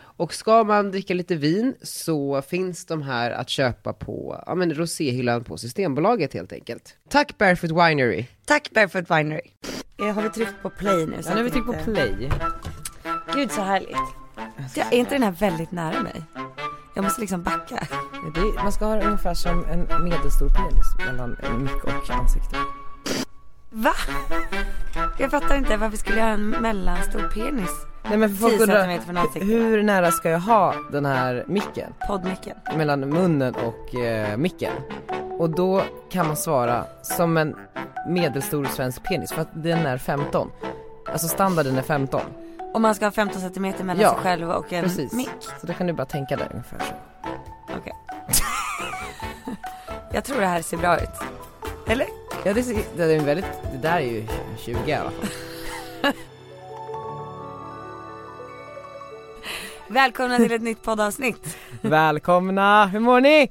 Och ska man dricka lite vin så finns de här att köpa på ja, men roséhyllan på Systembolaget helt enkelt. Tack Barefoot Winery! Tack Barefoot Winery. Jag har vi tryckt på play nu? så Ja, nu har vi att tryckt på inte- play. Gud så härligt. Alltså. Det, är inte den här väldigt nära mig? Jag måste liksom backa. Det är, man ska ha det ungefär som en medelstor penis mellan mick och ansikte. Va? Jag fattar inte varför skulle jag ha en mellanstor penis? Nej men för folk 10 undrar, centimeter från ansiktet. hur nära ska jag ha den här micken? Poddmicken. Mellan munnen och eh, micken. Och då kan man svara som en medelstor svensk penis för att den är 15. Alltså standarden är 15. Om man ska ha 15 centimeter mellan Ja, sig själv och en Precis. mick. Så då kan du bara tänka dig ungefär så. Okej. jag tror det här ser bra ut. Eller? Ja det, ser- det är en väldigt, det där är ju 20 i alla fall. Välkomna till ett nytt poddavsnitt. Välkomna, hur mår ni?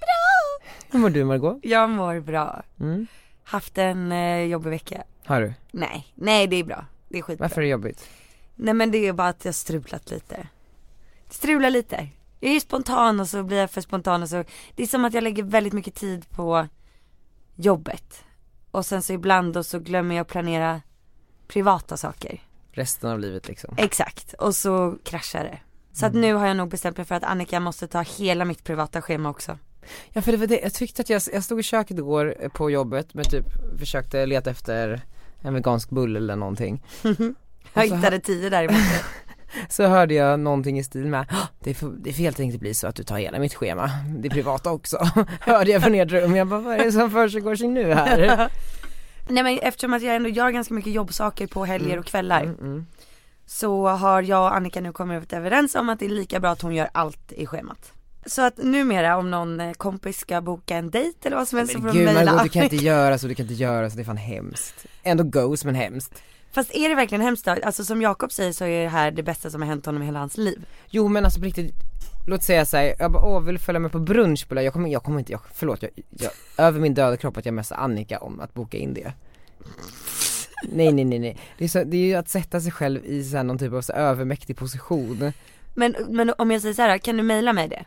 Bra! Hur mår du Margot? Jag mår bra. Mm. Haft en eh, jobbig vecka. Har du? Nej, nej det är bra. Det är skitbra. Varför är det jobbigt? Nej men det är bara att jag strulat lite. Strular lite. Jag är ju spontan och så blir jag för spontan och så. Det är som att jag lägger väldigt mycket tid på jobbet. Och sen så ibland och så glömmer jag att planera privata saker. Resten av livet liksom. Exakt, och så kraschar det. Så att nu har jag nog bestämt mig för att Annika måste ta hela mitt privata schema också. Ja för det var det, jag tyckte att jag, jag stod i köket igår eh, på jobbet men typ försökte leta efter en vegansk bulle eller någonting. Jag Och så- hittade tio där i morse. Så hörde jag någonting i stil med, "Hå, det får, det får helt enkelt bli så att du tar hela mitt schema, det privata också. hörde jag från ert rum, jag bara vad är det som försiggår sig nu här? Nej men eftersom att jag ändå gör ganska mycket jobbsaker på helger och kvällar. Mm, mm. Så har jag och Annika nu kommit överens om att det är lika bra att hon gör allt i schemat. Så att numera om någon eh, kompis ska boka en dejt eller vad som helst så får de Gud mejla Margot du kan Annika. inte göra så, du kan inte göra så, det är fan hemskt. Ändå goes men hemskt. Fast är det verkligen hemskt då? Alltså som Jakob säger så är det här det bästa som har hänt honom i hela hans liv. Jo men alltså på riktigt, låt säga såhär, jag bara åh vill du följa med på brunch på lördag? jag kommer, jag kommer inte, jag, förlåt jag, jag, över min döda kropp att jag messar Annika om att boka in det Nej nej nej nej, det är, så, det är ju att sätta sig själv i så här, någon typ av så här, övermäktig position Men, men om jag säger så här, kan du mejla mig det?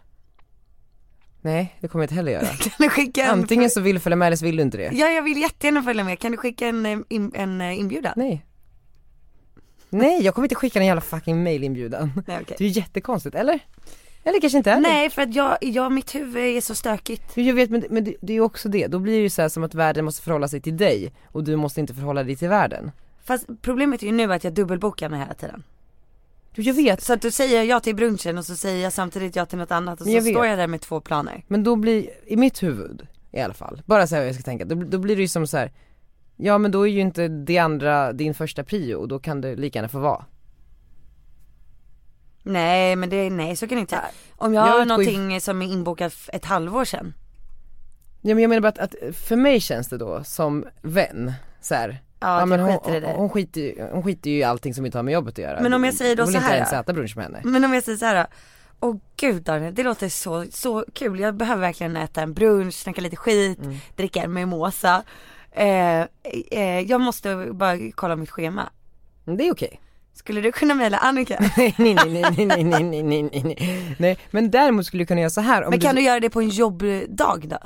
Nej det kommer jag inte heller göra Kan du skicka en Antingen så vill du följa med eller så vill du inte det Ja, jag vill jättegärna följa med. Kan du skicka en, eh, in, en eh, inbjudan? Nej Nej jag kommer inte skicka den jävla fucking mailinbjudan Nej, okej. Det är ju jättekonstigt, eller? Eller kanske inte heller Nej, för att jag, jag, mitt huvud är så stökigt. Jo, Jag vet men, det- men det, det är ju också det, då blir det ju så här som att världen måste förhålla sig till dig och du måste inte förhålla dig till världen. Fast problemet är ju nu att jag dubbelbokar mig hela tiden. Jo, jag vet. Så att du säger jag till brunchen och så säger jag samtidigt ja till något annat och så Jag vet. står jag där med två planer. Men då blir, i mitt huvud i alla fall, bara så här jag ska tänka, då, då blir det ju som så här. ja men då är ju inte det andra din första prio och då kan det lika gärna få vara. Nej, men det, nej så kan det inte. Om jag, Jag har utgår någonting som är inbokat f- ett halvår sedan. Ja men jag menar bara att, att för mig känns det då som vän, så här. Ja, men jag hon, skiter i det. hon, skiter ju, hon skiter ju i allting som inte har med jobbet att göra. Men om jag säger då vill så här inte ens då? äta brunch med henne. Men om jag säger så här då. Åh gud Daniel, det låter så, så kul. Jag behöver verkligen äta en brunch, snacka lite skit, dricka en mimosa. Eh, eh, jag måste bara kolla mitt schema. Men Det är okej. Skulle du kunna mejla Annika? nej, nej, nej, nej, nej, nej, nej, nej, nej, nej. Nej, men däremot skulle du kunna göra så här om Men kan du göra det på en jobbdag då?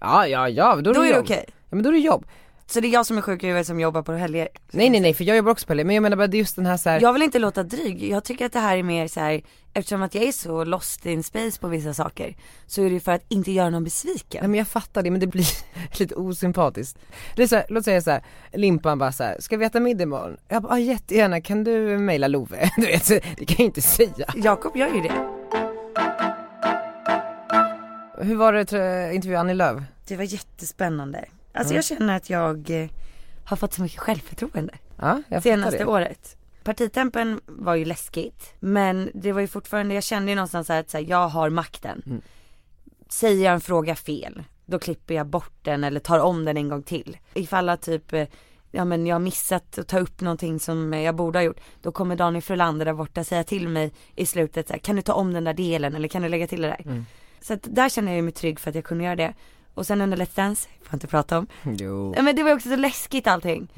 Ja, ja, ja, då är det Då är det jobb. okej. Ja, men då är det jobb. Så det är jag som är sjuk i huvudet som jobbar på helger. Nej, nej, nej, för jag jobbar också på helger, men jag menar bara det är just den här så här. Jag vill inte låta dryg, jag tycker att det här är mer så här, eftersom att jag är så lost in space på vissa saker, så är det ju för att inte göra någon besviken. Nej men jag fattar det men det blir lite osympatiskt. Det är så här, låt säga såhär, Limpan bara såhär, ska vi äta middag imorgon? Jag bara, ah, jättegärna, kan du mejla Love? Du vet, så det kan jag inte säga. Jakob gör ju det. Hur var det trö- intervjua Annie Lööf? Det var jättespännande. Alltså jag känner att jag eh, har fått så mycket självförtroende Ja, jag fattar senaste det. året. partitempen var ju läskigt men det var ju fortfarande, jag kände ju någonstans så här att så här, jag har makten. Säger jag en fråga fel, då klipper jag bort den eller tar om den en gång till. Ifall att typ, eh, ja men jag har missat att ta upp någonting som eh, jag borde ha gjort, då kommer Daniel Frölander där borta säga till mig i slutet så här, kan du ta om den där delen eller kan du lägga till det där? Så att där kände jag mig trygg för att jag kunde göra det. Och sen under Let's Dance, får jag inte prata om, Jo. Mm. Ja, men det var också så läskigt allting.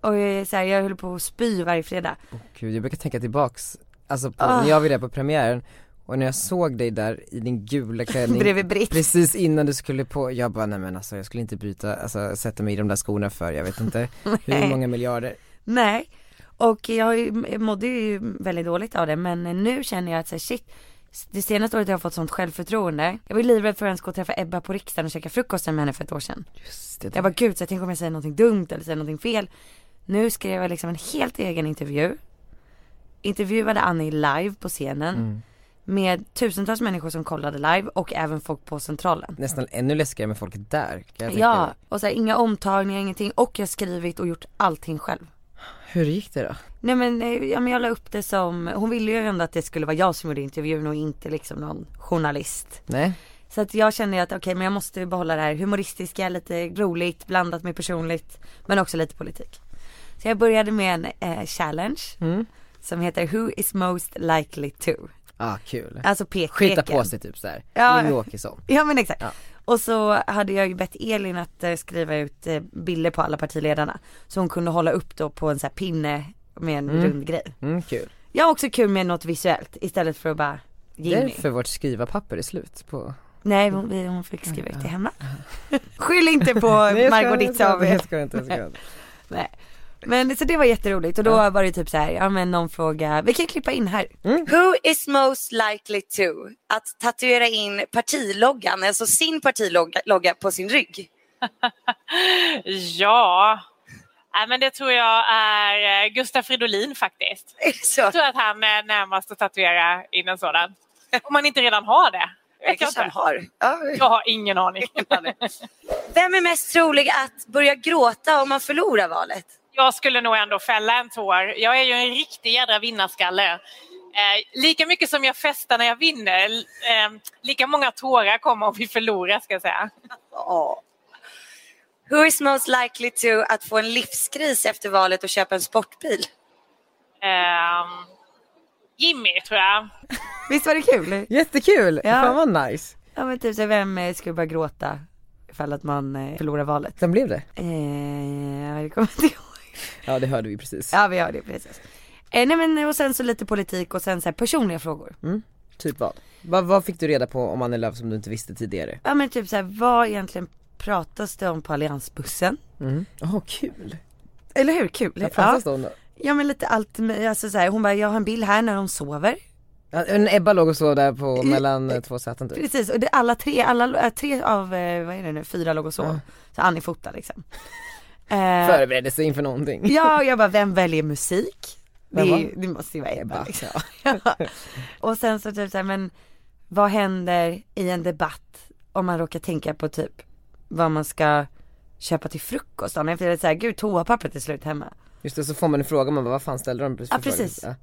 Och jag, så här, jag höll på att spy varje fredag. Gud, jag brukar tänka tillbaks, alltså på, Ah. när jag var där på premiären och när jag såg dig där i din gula klänning Bredvid Britt. Precis innan du skulle på, jag bara nej men alltså jag skulle inte bryta, alltså sätta mig i de där skorna för jag vet inte hur Nej. många miljarder Nej. Och jag har ju- jag mådde ju väldigt dåligt av det men nu känner jag att så här, shit. Det senaste året har jag fått sånt självförtroende. Jag var ju livrädd för att jag ens gå och träffa Ebba på riksdagen och käka frukosten med henne för ett år sedan. Just det, Jag bara gud, så jag tänker om jag säger någonting dumt eller säger någonting fel. Nu skrev jag liksom en helt egen intervju. Intervjuade Annie live på scenen. Mm. Med tusentals människor som kollade live och även folk på centralen. nästan ännu läskigare med folk där kan jag tänka Ja, mig. och så här, inga omtagningar, ingenting. Och jag har skrivit och gjort allting själv. Hur gick det då? Nej men, eh, ja, men jag la upp det som, hon ville ju ändå att det skulle vara jag som gjorde intervjun och inte liksom någon journalist. Nej? Så att jag kände ju att okej men jag måste ju behålla det här humoristiska, lite roligt, blandat med personligt. Men också lite politik. Så jag började med en eh, challenge. Mm. Som heter Who is most likely to? Ah kul Alltså pek Skita peken. på sig typ såhär, Ja. Jimmie Åkesson Ja men exakt. Ja. Och så hade jag ju bett Elin att eh, skriva ut eh, bilder på alla partiledarna. Så hon kunde hålla upp då på en sån här pinne med en rund grej. Mm kul Jag har också kul med något visuellt istället för att bara Jimmy. Därför vårt skrivarpapper är slut på Nej hon, vi- hon fick skriva ut det hemma. Skyll inte på Margot ditt av. Jag ska inte, jag ska inte Nej. Men så det var jätteroligt och då var det typ så här, ja men någon fråga, vi kan klippa in här. Mm. Who is most likely to att tatuera in partiloggan, alltså sin partilogga på sin rygg? Ja, Nej, men det tror jag är eh, Gustaf Fridolin faktiskt. Är det så? Jag tror att han är närmast att tatuera in en sådan. Om man inte redan har det. Vet jag, inte. har. jag har ingen aning. Vem är mest trolig att börja gråta om man förlorar valet? Jag skulle nog ändå fälla en tår. Jag är ju en riktig jädra vinnarskalle. Eh, lika mycket som jag festar när jag vinner, l- eh, lika många tårar kommer om vi förlorar ska jag säga. Ja. Who is most likely to att få en livskris efter valet och köpa en sportbil? Ehm, Jimmy tror jag. Visst var det kul? Jättekul! Ja. Fan vad nice! Ja men typ så här, vem eh, skulle börja gråta ifall att man eh, förlorar valet? Sen blev det? Eh, jag kommer inte ihåg. Ja det hörde vi precis, Ja vi har det precis. Eh, nej men och sen så lite politik och sen så här personliga frågor. Mm. typ vad? vad? Vad fick du reda på om Annie Lööf som du inte visste tidigare? Ja men typ så här, vad egentligen pratas det om på alliansbussen? Åh kul! Eller hur, kul? Vad pratas det om då? Ja men lite allt, med- alltså så här, hon bara jag har en bild här när de sover. Ja, en Ebba låg och sov där på mellan eh, två säten typ Precis och det är alla tre, alla, äh, tre av, eh, vad är det nu, fyra låg och sov. Så Annie fotar liksom. Eh, Förberedde sig inför någonting Ja och jag bara, vem väljer musik? Det, Vem är var? ju, det måste ju vara Ebba Ebba, liksom. ja. Och sen så typ såhär, men vad händer i en debatt om man råkar tänka på typ vad man ska köpa till frukost dagen efter? Det är såhär, gud toapappret är slut hemma. Just det, så får man en fråga, man bara, vad fan ställde de för Ja, fråga? precis. Ja.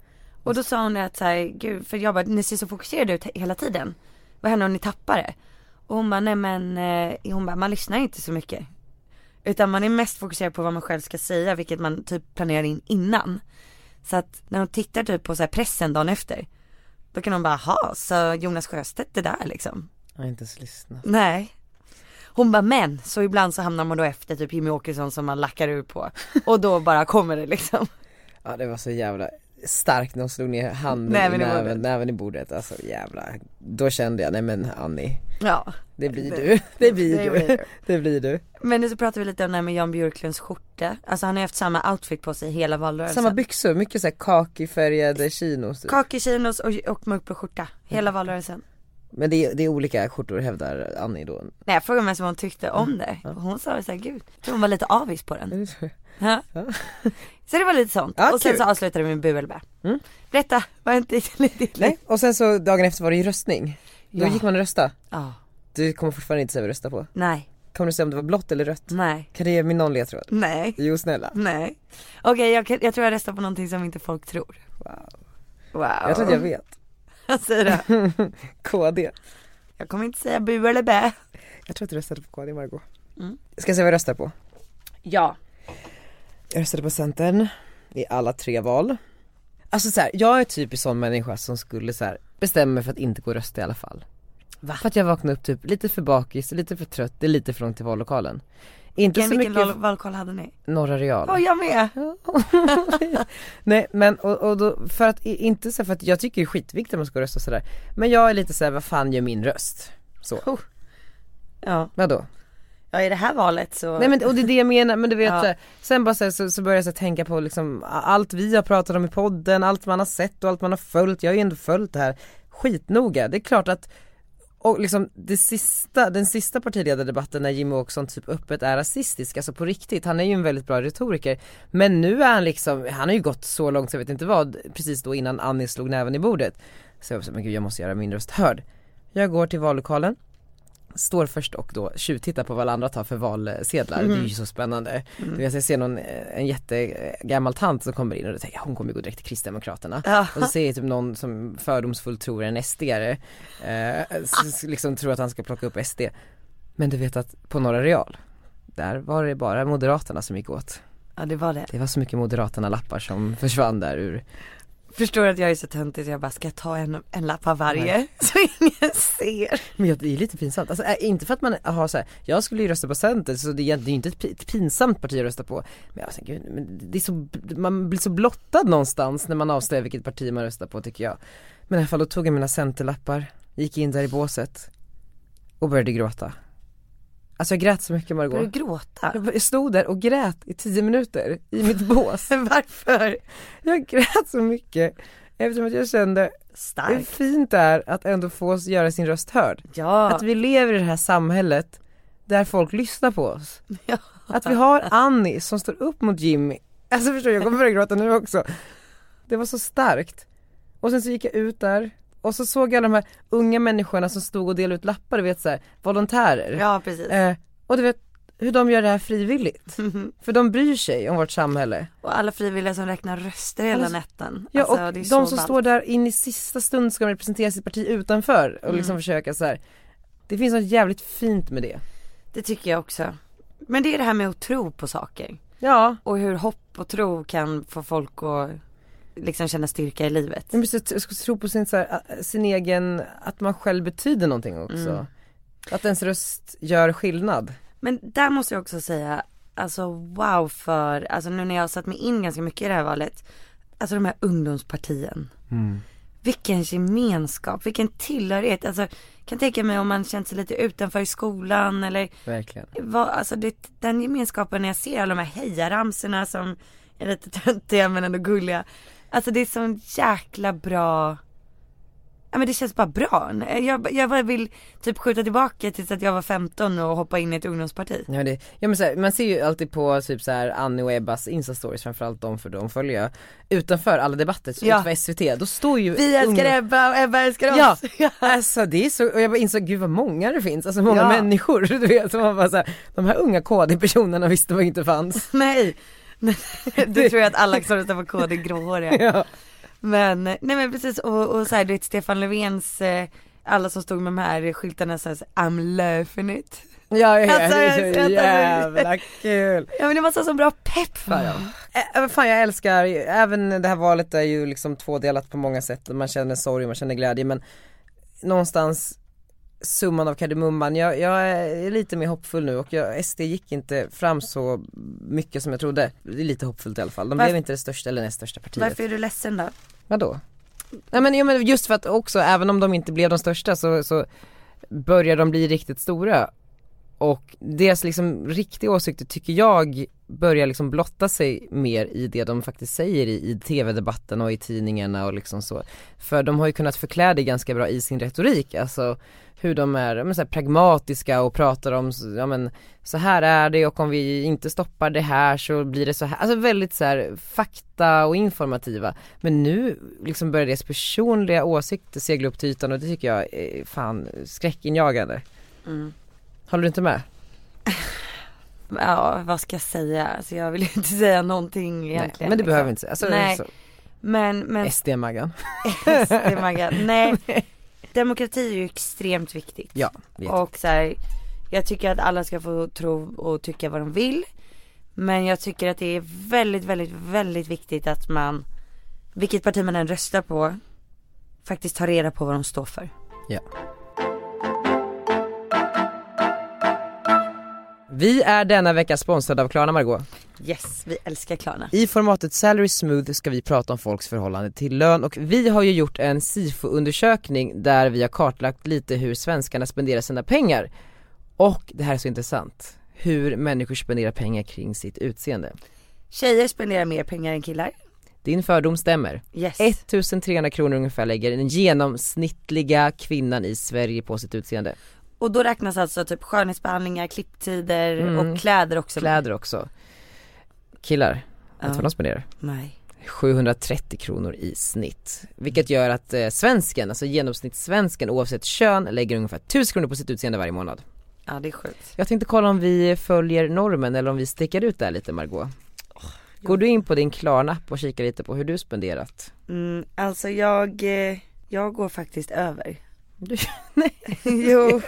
Och då sa hon det att så här, gud, för jag bara, ni ser så fokuserade ut he- hela tiden. Vad händer om ni tappar det? Och hon bara, nej men, eh, hon bara, man lyssnar inte så mycket. Utan man är mest fokuserad på vad man själv ska säga, vilket man typ planerar in innan. Så att när hon tittar typ på så här pressen dagen efter, då kan hon bara, ha så Jonas Sjöstedt det där liksom. Jag har inte ens lyssnat Nej. Hon bara men, så ibland så hamnar man då efter typ Jimmy Åkesson som man lackar ur på. Och då bara kommer det liksom. Ja det var så jävla starkt när hon slog ner handen Näven i i näven, bordet. näven i bordet, alltså jävla Då kände jag, nej men Annie, Ja. det blir du, det blir det blir du, du. Alltså. det blir du Men nu så pratar vi lite om det här med Jan Björklunds skjorta. Alltså han har ju haft samma outfit på sig hela valrörelsen. Samma byxor, mycket såhär kakifärgade chinos typ. Kakichinos och, och mörkblå skjorta. Hela valrörelsen. Men det är, det är olika skjortor hävdar Annie då Nej jag frågade mig vad hon tyckte om Mm. det. Och hon sa såhär, gud, jag tror hon var lite avis på den. Ja. Så det var lite sånt. Ja, och sen kul. Mm. så avslutade vi med bu eller bä. Berätta, vad har hänt i ditt liv? Nej, och sen så dagen efter var det ju röstning Då Ja. gick man och rösta Ja, Du kommer fortfarande inte säga vad du röstar på nej. Kommer du säga om det var blått eller rött? Nej. Kan du ge mig någon ledtråd? Nej. Jo snälla. Nej. Okej, jag, kan- jag tror jag röstar på någonting som inte folk tror. Wow. Wow. Jag tror att jag vet. jag säger det. KD. Jag kommer inte säga bu eller bä. Jag tror att du röstade på KD Margot. Mm. Ska jag säga vad jag röstade på? Ja. Jag röstade på Centern i alla tre val. Alltså så här, jag är typ en sån människa som skulle så här, bestämma mig för att inte gå och rösta i alla fall. För att jag vaknade upp typ lite för bakis, lite för trött, det är lite för långt till vallokalen. Inte Vilken, så vilken mycket val- valkoll hade ni? Norra Real. Ja, jag med. Nej men och, och då, för att i- inte så här, för att jag tycker det är skitviktigt att man ska rösta och sådär. Men jag är lite så här, vad fan gör min röst? Så. Ja. Vadå? ja, i det här valet så. Nej men och det är det jag menar, men du vet Ja. så här, sen bara så, här, så, så börjar jag så här, tänka på liksom a- allt vi har pratat om i podden, allt man har sett och allt man har följt, jag har ju ändå följt det här skitnoga. Det är klart att, och liksom det sista, den sista partiledardebatten när Jimmy Åkesson typ öppet är rasistisk, alltså på riktigt, han är ju en väldigt bra retoriker. Men nu är han liksom, han har ju gått så långt så jag vet inte vad, precis då innan Annie slog näven i bordet. Så jag var så här, men gud jag måste göra min röst hörd. Jag går till vallokalen står först och då tjuvtittar på vad alla andra tar för valsedlar, det är ju så spännande. Du vet jag ser någon, eh, en jättegammal tant som kommer in och då tänker jag hon kommer gå direkt till Kristdemokraterna. Ja. Och så ser jag typ någon som fördomsfullt tror är en SD-are, eh, s- s- liksom tror att han ska plocka upp SD. Men du vet att på Norra Real, där var det bara Moderaterna som gick åt. Ja, det var det. Det var så mycket Moderaterna-lappar som försvann där ur Förstår att jag är så töntig så jag bara, ska jag ta en, en lapp av varje? Så ingen ser. Men jag- det är ju lite pinsamt, alltså, äh, inte för att man har så här, jag skulle ju rösta på Centern så det är egentligen inte ett pi- ett pinsamt parti att rösta på Men jag tänker, gud, men det är så, man blir så blottad någonstans när man avslöjar vilket parti man röstar på tycker jag Men i alla fall då tog jag mina centerlappar, gick in där i båset och började gråta Alltså jag grät så mycket Börjar du Margot gråta? jag bara- jag stod där och grät i tio minuter i mitt bås. Varför? Jag grät så mycket eftersom att jag kände hur Stark. fint det är att ändå få göra sin röst hörd. Ja. Att vi lever i det här samhället där folk lyssnar på oss. Ja. Att vi har Annie som står upp mot Jimmy. Alltså förstår du, jag kommer börja gråta nu också. Det var så starkt. Och sen så gick jag ut där och så såg jag alla de här unga människorna som stod och delade ut lappar, du vet såhär, volontärer. Ja, precis. Eh, och du vet hur de gör det här frivilligt. Mhm. För de bryr sig om vårt samhälle. Och alla frivilliga som räknar röster hela Alltså, natten. Ja Alltså, och det är de så som ballt. står där in i sista stund ska de representera sitt parti utanför och liksom Mm. försöka så här. Det finns något jävligt fint med det. Det tycker jag också. Men det är det här med att tro på saker. Ja, Och hur hopp och tro kan få folk att liksom känna styrka i livet. men precis, jag ska tro på sin, så här, ä, sin egen, att man själv betyder någonting också. Att ens röst gör skillnad. Men där måste jag också säga, alltså wow för, alltså nu när jag har satt mig in ganska mycket i det här valet. Alltså de här ungdomspartien. Vilken gemenskap, vilken tillhörighet. Alltså kan tänka mig om man känt sig lite utanför i skolan eller Verkligen. vad, alltså det, den gemenskapen när jag ser alla de här hejaramsorna som är lite töntiga men ändå gulliga. Alltså det är sån jäkla bra, ja men det känns bara bra. Jag, jag bara vill typ skjuta tillbaka tills att jag var 15 och hoppa in i ett ungdomsparti. Ja, det, ja men så här, man ser ju alltid på typ så här Annie och Ebbas instastories, framförallt de för de följer jag. Utanför alla debatter, så Ja. ja. SVT, då står ju Vi älskar unga- Ebba och Ebba älskar Ja, oss. Ja. alltså det är så, och jag bara insåg gud vad många det finns, alltså många Ja. människor du vet som man bara så här, de här unga KD-personerna visste man inte fanns. Nej. Nej, Du tror ju att alla som röstar på KD är gråhåriga. Ja. Men, nej men precis och, och så här, du vet Stefan Löfvens, eh, alla som stod med de här skyltarna såhär I'm laughing it. Ja, ja, ja, Alltså, det jag är så skrattar så jävla kul. Ja men det var så, så bra pepp för dem. Äh, fan jag älskar, ju- även det här valet är ju liksom tvådelat på många sätt, man känner sorg och man känner glädje men någonstans summan av kardemumman, jag, jag är lite mer hoppfull nu och jag, SD gick inte fram så mycket som jag trodde. Det är lite hoppfullt i alla fall, de Varför- blev inte det största eller näst största partiet. Varför är du ledsen då? Vadå? Nej men, ja, men just för att också, även om de inte blev de största så, så börjar de bli riktigt stora. Och deras liksom riktiga åsikter tycker jag börjar liksom blotta sig mer i det de faktiskt säger i, i tv-debatten och i tidningarna och liksom så. För de har ju kunnat förklä det ganska bra i sin retorik, alltså hur de är ja, men, så här, pragmatiska och pratar om, ja men så här är det och om vi inte stoppar det här så blir det så här, alltså väldigt så här fakta och informativa. Men nu liksom börjar deras personliga åsikter segla upp till Mm. ytan och det tycker jag är fan skräckinjagande. Håller du inte med? ja vad ska jag säga? Alltså jag vill ju inte säga någonting egentligen. Nej, men du liksom. behöver inte säga, alltså, Nej. så- Men, men SD-Maggan. SD-Maggan, nej. Demokrati är ju extremt viktigt. Ja, jätte- Och så här, jag tycker att alla ska få tro och tycka vad de vill. Men jag tycker att det är väldigt, väldigt, väldigt viktigt att man, vilket parti man än röstar på, faktiskt tar reda på vad de står för. ja. Vi är denna vecka sponsrade av Klarna Margot. Yes, vi älskar Klarna. I formatet Salary Smooth ska vi prata om folks förhållande till lön och vi har ju gjort en SIFO-undersökning där vi har kartlagt lite hur svenskarna spenderar sina pengar. Och det här är så intressant, hur människor spenderar pengar kring sitt utseende. Tjejer spenderar mer pengar än killar. Din fördom stämmer. Yes. 1300 kronor ungefär lägger den genomsnittliga kvinnan i Sverige på sitt utseende. Och då räknas alltså typ skönhetsbehandlingar, klipptider Mm. och kläder också. Kläder också. Killar, vet du vad de spenderar? Nej. 730 kronor i snitt. Vilket gör att eh, svensken, alltså genomsnittssvensken oavsett kön lägger ungefär 1000 kronor på sitt utseende varje månad. Ja det är sjukt. Jag tänkte kolla om vi följer normen eller om vi sticker ut där lite Margot. Går du in på din Klarna-app och kikar lite på hur du spenderat? Mm, alltså jag, eh, jag går faktiskt över. Du, jo,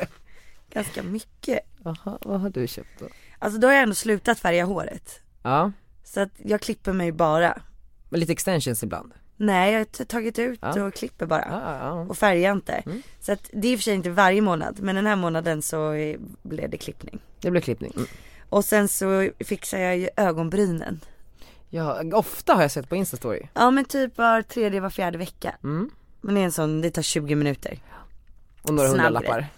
ganska mycket. aha, vad har du köpt då? Alltså då har jag ändå slutat färga håret. Ja, Så att jag klipper mig bara. men lite extensions ibland. Nej jag har t- tagit ut Ja. och klipper bara. Ja, Mm. ja, ja. Och färgar inte. Så att det är i och för sig inte varje månad men den här månaden så eh, blev det klippning. Det blev klippning. Mm. Och sen så fixar jag ju ögonbrynen. Ja, ofta har jag sett på Insta-story. Ja men typ var tredje, var fjärde vecka. Mm. Men det är en sån, det tar 20 minuter. Och några Snabb hundralappar. grej.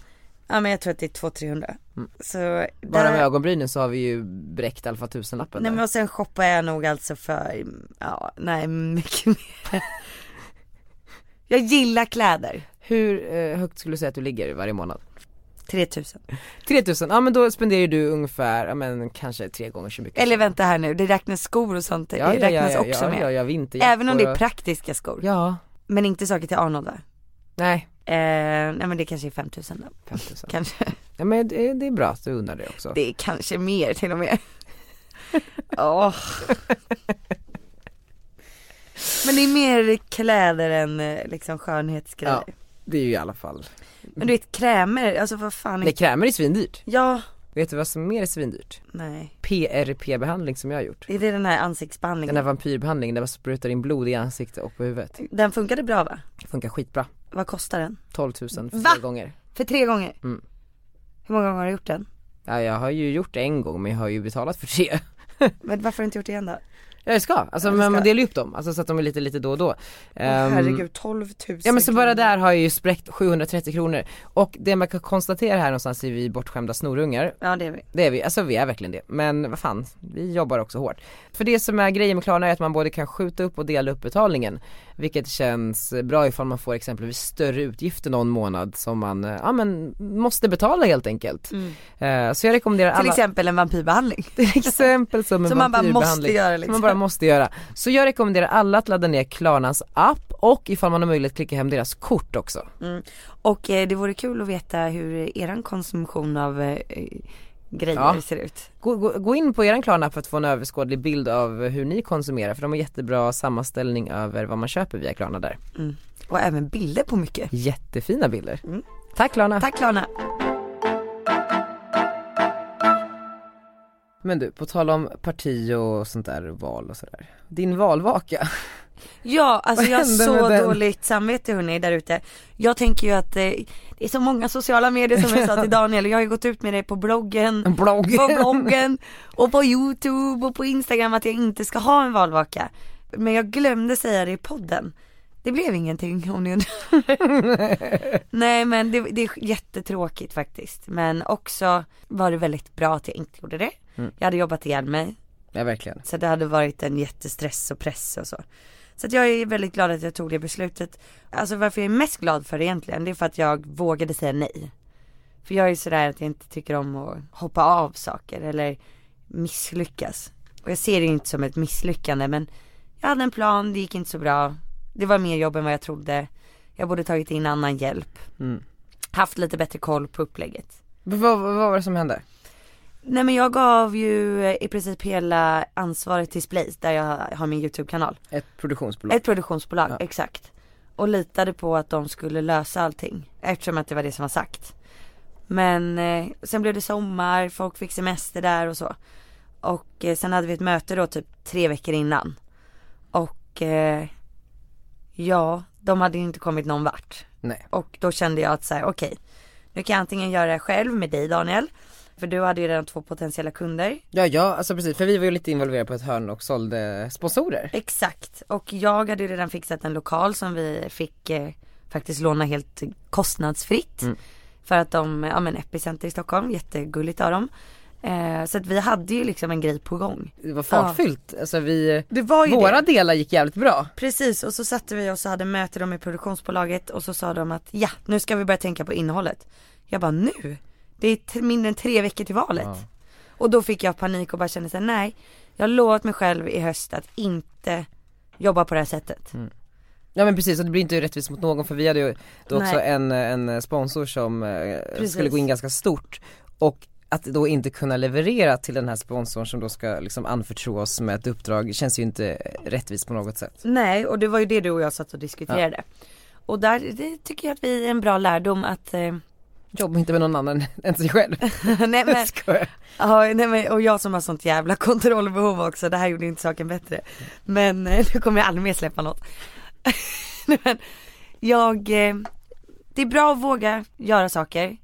Ja men jag tror att det är 200-300. Så där... Mm. Bara med ögonbrynen så har vi ju bräckt alfa tusenlappen Nej där. men och sen shoppar jag nog alltså för, ja nej mycket mer. Jag gillar kläder. Hur eh, högt skulle du säga att du ligger varje månad? 3000. 3000, ja men då spenderar ju du ungefär, ja men kanske tre gånger så mycket Eller vänta här nu, det räknas skor och sånt, ja, det ja, ja, räknas ja, också ja, med. Ja, ja, vinterjackor Även om det är och- praktiska skor. Ja, Men inte saker till Arnold va? nej Eh, nej men det kanske är 5000 då. 5000 Kanske, Ja men det, det är bra att du undrar det också det är kanske mer till och med. Åh. Men det är mer kläder än eh, liksom skönhetsgrejer. Ja, det är ju i alla fall Men du vet krämer, alltså vad fan är... Nej krämer är svindyrt, Ja, vet du vad som mer är svindyrt? nej. PRP-behandling som jag har gjort Är det den här ansiktsbehandlingen? Den Den, här vampyrbehandlingen där man sprutar in blod i ansiktet och på huvudet funkade bra va? Funkar skitbra, Vad kostar den? 12 000 för Va? tre gånger För tre gånger? Mm. Hur många gånger har du gjort den? Ja jag har ju gjort det en gång men jag har ju betalat för tre Men varför har du inte gjort det igen då? Jag ska, alltså du men man ska. delar ju upp dem, alltså så att de är lite lite då och då Åh, Ehm, herregud, 12 000 Ja men så bara kronor. där har jag ju spräckt 730 kronor och det man kan konstatera här någonstans är vi bortskämda snorungar. Ja det är vi. Det är vi, alltså vi är verkligen det. Men vad fan, vi jobbar också hårt. För det som är grejen med Klarna är att man både kan skjuta upp och dela upp betalningen. Vilket känns bra ifall man får exempelvis större utgifter någon månad som man, eh, ja men måste betala helt enkelt. Eh, Så jag rekommenderar Mm. Till alla, exempel en vampyrbehandling. till exempel som en Som man bara måste vampyrbehandling. göra Som liksom. man bara måste göra. Så jag rekommenderar alla att ladda ner Klarnas app och ifall man har möjlighet klicka hem deras kort också. Och eh, det vore kul att veta hur eran konsumtion av eh, eh, grejer Ja. ser ut. Gå, gå, gå in på eran Klarna för att få en överskådlig bild av hur ni konsumerar för de har jättebra sammanställning över vad man köper via Klarna där. Och även bilder på mycket. Jättefina bilder. Tack Klarna! Mm. Tack Lana. Men du, på tal om parti och sånt där val och sådär. Din valvaka. Ja, alltså Vad jag har hände med så den? dåligt samvete hörni där ute. Jag tänker ju att eh, det är så många sociala medier som jag sa till Daniel och jag har ju gått ut med det på bloggen, Blogg. på bloggen och på youtube och på instagram att jag inte ska ha en valvaka. Men jag glömde säga det i podden. Det blev ingenting om ni undrar. Nej men det, det är jättetråkigt faktiskt. Men också var det väldigt bra att jag inte gjorde det. Jag hade jobbat ihjäl mig. Ja verkligen. Så det hade varit en jättestress och press och så. Så att jag är väldigt glad att jag tog det beslutet. Alltså varför jag är mest glad för det egentligen, det är för att jag vågade säga nej. För jag är sådär att jag inte tycker om att hoppa av saker eller misslyckas. Och jag ser det inte som ett misslyckande men jag hade en plan, det gick inte så bra. Det var mer jobb än vad jag trodde. Jag borde tagit in annan Mm. hjälp. Haft lite bättre koll på upplägget. Vad, vad, vad var det som hände? Nej men jag gav ju eh, i princip hela ansvaret till Splays där jag har min YouTube-kanal. Ett produktionsbolag. Ett produktionsbolag, exakt. Och litade på att de skulle lösa allting. Eftersom att det var det som var sagt. Men eh, sen blev det sommar, folk fick semester där och så. Och eh, sen hade vi ett möte då typ tre veckor innan. Och eh, ja, de hade ju inte kommit någon vart. Nej. Och då kände jag att så här, okej. nu kan jag antingen göra det själv med dig Daniel. För du hade ju redan två potentiella kunder. Ja, ja, alltså precis, för vi var ju lite involverade på ett hörn och sålde sponsorer. Exakt, och jag hade ju redan fixat en lokal som vi fick eh, faktiskt låna helt kostnadsfritt. För att de, ja men Epicenter i Stockholm, jättegulligt av dem. Eh, så att vi hade ju liksom en grej på gång. Det var fartfyllt, alltså vi, Det var ju våra det. delar gick jävligt bra. Precis, och så satte vi oss och hade möte då med produktionsbolaget och så sa de att ja, nu ska vi börja tänka på innehållet. Jag bara nu? Det är t- mindre än tre veckor till valet. Och då fick jag panik och bara kände såhär, nej, jag har lovat mig själv i höst att inte jobba på det här sättet. Ja men precis, och det blir inte rättvist mot någon för vi hade ju då också Nej. en, en sponsor som eh, Precis. skulle gå in ganska stort och att då inte kunna leverera till den här sponsorn som då ska liksom anförtro oss med ett uppdrag känns ju inte rättvist på något sätt. Nej, och det var ju det du och jag satt och diskuterade. Och där det tycker jag att vi är en bra lärdom att, eh, Jobba inte med någon annan än sig själv. nej men, Skojar. ja, nej men, och jag som har sånt jävla kontrollbehov också, det här gjorde inte saken bättre. Men eh, nu kommer jag aldrig mer släppa något. Nej, men, jag, eh, det är bra att våga göra saker,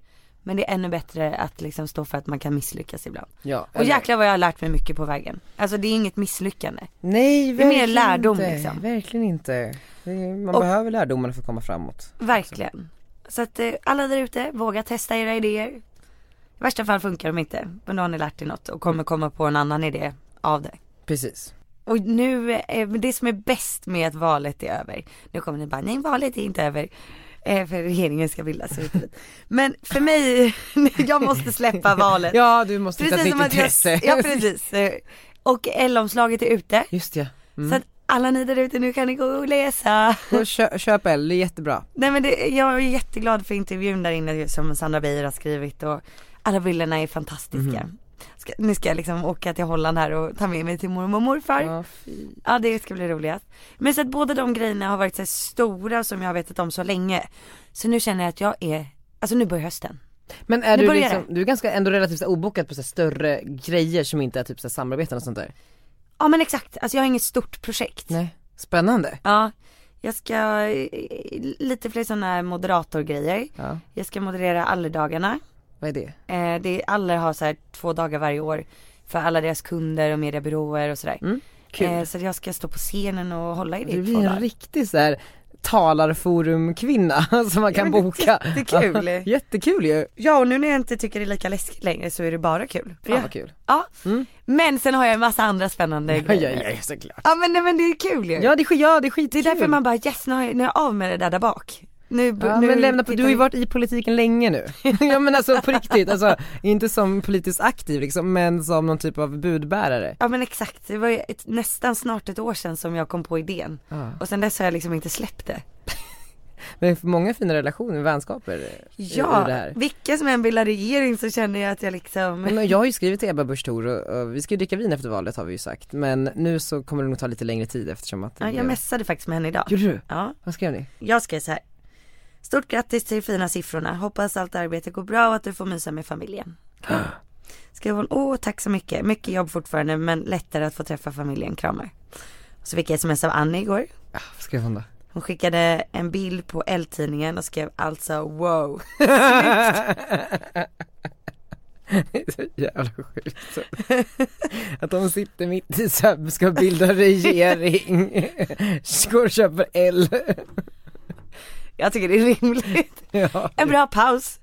men det är ännu bättre att liksom stå för att man kan misslyckas ibland. Ja, Och jäklar vad jag har lärt mig mycket på vägen. Alltså det är inget misslyckande. Nej Det är mer verkligen lärdom, inte. liksom. Verkligen inte. Det är- Man Och- behöver lärdomarna för att komma framåt. Verkligen. Så att eh, alla där ute, våga testa era idéer. I värsta fall funkar de inte, men då har ni lärt er något och kommer komma på en annan idé av det. Precis. Och nu, eh, men det som är bäst med att valet är över, nu kommer ni bara, nej valet är inte över, eh, för regeringen ska bildas. och hit och dit. Men för mig, jag måste släppa valet. Ja du måste hitta ett precis som nytt att jag, intresse. ja precis. Eh, Och L-omslaget är ute, Just ja. så att alla ni där ute, nu kan ni gå och läsa. Gå och kö- köp L, det är jättebra. Nej men det, jag är jätteglad för intervjun där inne som Sandra Beijer har skrivit och alla bilderna är fantastiska. Ska, nu ska jag liksom åka till Holland här och ta med mig till mormor och morfar. Ja, Ja, fy. det ska bli roligast. Men så att båda de grejerna har varit så här stora som jag har vetat om så länge. Så nu känner jag att jag är, alltså nu börjar hösten. Men är Nu du börjar liksom, du är ganska ändå relativt så här obokad på så här större grejer som inte är typ så här samarbeten och sånt där? Ja men exakt, alltså jag har inget stort projekt. Nej. Spännande. Ja, jag ska, eh, lite fler sådana här moderatorgrejer. Ja. Jag ska moderera Allerdagarna. Vad är det? Eh, det, alla har så här två dagar varje år för alla deras kunder och mediebyråer och sådär. Mm, kul. Eh, så jag ska stå på scenen och hålla i det Du i blir två en dagar. riktig så här talarforumkvinna som man kan men det är boka. jättekul. Ja, jättekul ju. Ja och nu när jag inte tycker det är lika läskigt längre så är det bara kul. Fan ja. vad kul. ja. Men sen har jag en massa andra spännande Mm. Ja, grejer. ja, ja, såklart. Ja men, nej, men det är kul ju. Ja det är, sk- ja, det är skitkul. det är därför man bara yes nu har jag, nu är jag av med det där där bak. Nu, Ja, nu men lämna på, du tittar har ju vi- varit i politiken länge nu. ja men alltså på riktigt, alltså inte som politiskt aktiv liksom men som någon typ av budbärare. Ja men exakt, det var ju ett, nästan snart ett år sedan som jag kom på idén. Ja. Och sen dess har jag liksom inte släppt det. Men många fina relationer, vänskaper i- i Ja, det här. vilka som än bildar regering så känner jag att jag liksom Men jag har ju skrivit till Ebba Busch Thor och, och vi ska ju dricka vin efter valet har vi ju sagt. Men nu så kommer det nog ta lite längre tid eftersom att det Ja, jag blev- messade faktiskt med henne idag. Gjorde du? Ja, Vad skrev ni? jag skrev så här. Stort grattis till de fina siffrorna. Hoppas allt arbete går bra och att du får mysa med familjen. Skrev hon, åh tack så mycket. Mycket jobb fortfarande men lättare att få träffa familjen. Kramar. Så fick jag sms av Annie igår. Ja, vad skrev hon då? Hon skickade en bild på L-tidningen och skrev alltså wow. Det är så jävla sjukt. Att de sitter mitt i så här, ska bilda regering, går och köper L. Jag tycker det är rimligt. Ja, En bra paus.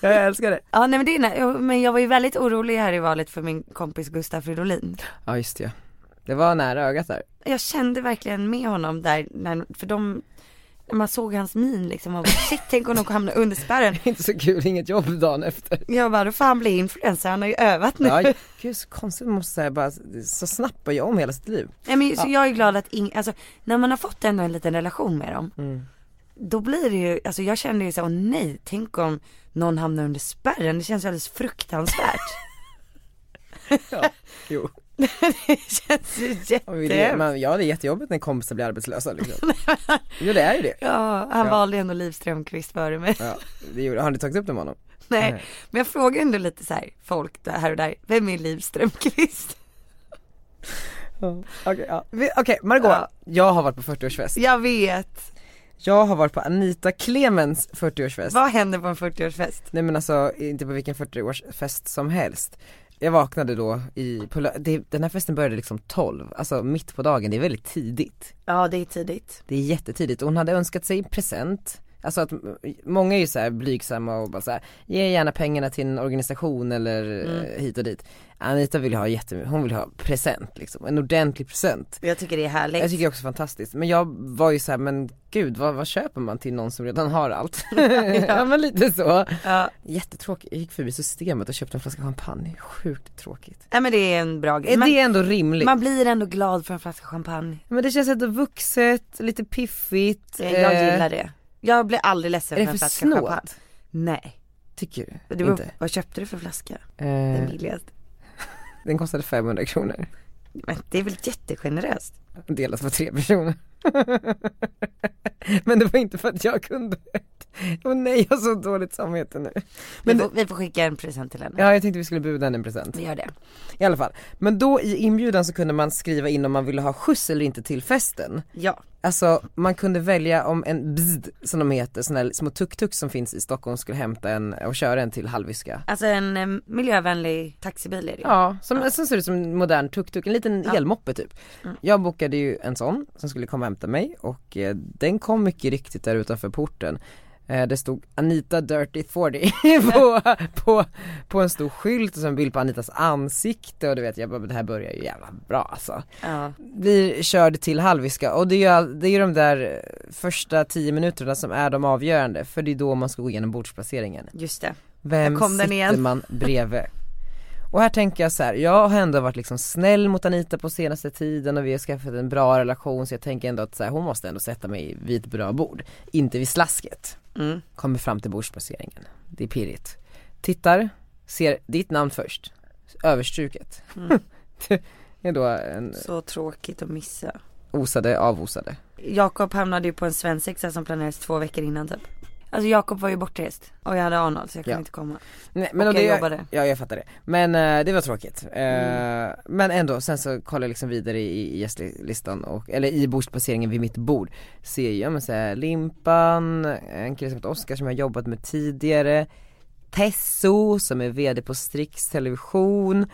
jag älskar det. Ja nej men det är, nä- men jag var ju väldigt orolig här i valet för min kompis Gustav Fridolin. Ja just det, ja. det var nära ögat där. jag kände verkligen med honom där, när, för de, när man såg hans min liksom, och bara, shit tänk om de hamnar under spärren. Inte så kul, inget jobb dagen efter. Jag bara, då får han bli influencer, han har ju övat nu. Ja, gud så konstigt, man måste säga bara, så snabbt börjar om hela sitt liv. Nej men så jag är glad att ing, alltså, när man har fått ändå en liten relation med dem, Mm. då blir det ju, alltså jag kände ju så åh nej, tänk om någon hamnar under spärren, det känns ju alldeles fruktansvärt. Ja, jo. det känns ju Man vill ju, jättehemskt. man, ja det är jättejobbigt när kompisar blir arbetslösa liksom. Jo det är ju det. Ja, han Ja. valde ändå Liv Strömquist före mig. Ja, det gjorde, har ni tagit upp det med honom? Nej, men jag frågar ändå lite så här, folk där här och där, vem är Liv Strömquist? Okej, ja. Vi- okej, Margot, Ja. jag har varit på 40-årsfest. Jag vet, Jag har varit på Anita Clemens 40-årsfest. vad händer på en 40-årsfest? Nej men alltså inte på vilken 40-årsfest som helst. Jag vaknade då i, på, lö- det, den här festen började liksom 12, alltså mitt på dagen, det är väldigt tidigt. Ja, det är tidigt. Det är jättetidigt och hon hade önskat sig en present. Alltså att m- många är ju så här blygsamma och bara så här, ge gärna pengarna till en organisation eller eh, hit och dit. Anita vill ha jättemycket, hon vill ha present liksom, en ordentlig present. Jag tycker det är Jag härligt. tycker det är också fantastiskt, men jag var ju så här, men gud vad, vad köper man till någon som redan har allt? ja men lite så. Ja, Jättetråkigt, jag gick förbi systemet och köpte en flaska champagne, sjukt tråkigt. nej men det är en bra grej. Är Man, det ändå rimligt? man blir ändå glad för en flaska champagne. Men det känns ändå vuxet, lite piffigt. Jag eh, gillar det. Jag blir aldrig ledsen Är det för för en flaska champagne. snålt? Nej. Tycker du? Det beror, Inte? vad köpte du för flaska? Den Eh, billigaste. den kostade 500 kronor, Men det är väl jättegeneröst? delat på tre personer. men det var inte för att jag kunde. Åh nej, jag har så dåligt samvete nu. Men vi, får, vi får skicka en present till henne. Ja, jag tänkte vi skulle buda henne en present. Vi gör det. I alla fall. Men då i inbjudan så kunde man skriva in om man ville ha skjuts eller inte till festen. Ja. Alltså man kunde välja om en bzd som de heter, sådana här små tuk-tuk som finns i Stockholm skulle hämta en och köra en till Hallwyska. Alltså en eh, miljövänlig taxibil är det ju. Ja, som, som ser ut som en modern tuk-tuk, en liten elmoppe typ. Jag bokade ju en sån som skulle komma och hämta mig och eh, den kom mycket riktigt där utanför porten. Eh, det stod Anita Dirty 40 på, på, på en stor skylt och så en bild på Anitas ansikte och du vet jag bara, det här börjar ju jävla bra alltså. Ja. blir körd till Hallwyska och det är ju, all- det är ju de där första tio minuterna som är de avgörande för det är då man ska gå igenom bordsplaceringen. Just det. Vem Där kom den sitter igen. man bredvid? Och här tänker jag så här, jag har ändå varit liksom snäll mot Anita på senaste tiden och vi har skaffat en bra relation så jag tänker ändå att så här, hon måste ändå sätta mig vid ett bra bord, inte vid slasket. Mm. Kommer fram till bordsplaceringen, det är pirrigt. Tittar, ser ditt namn först, överstruket. Mm. det är då en Så tråkigt att missa. osade, avosade. Jakob hamnade ju på en svensexa som planerades två veckor innan typ. Alltså Jakob var ju bortrest och jag hade Arnold så jag kunde Ja. inte komma. Nej, men Och och det, jag jobbade. Ja jag fattar det. Men eh, det var tråkigt. Eh, Mm. Men ändå, sen så kollar jag liksom vidare i i gästlistan och, eller i bordsplaceringen vid mitt bord. Ser jag men så här, Limpan, en kille som heter Oskar som jag jobbat med tidigare, Tesso som är VD på Strix Television.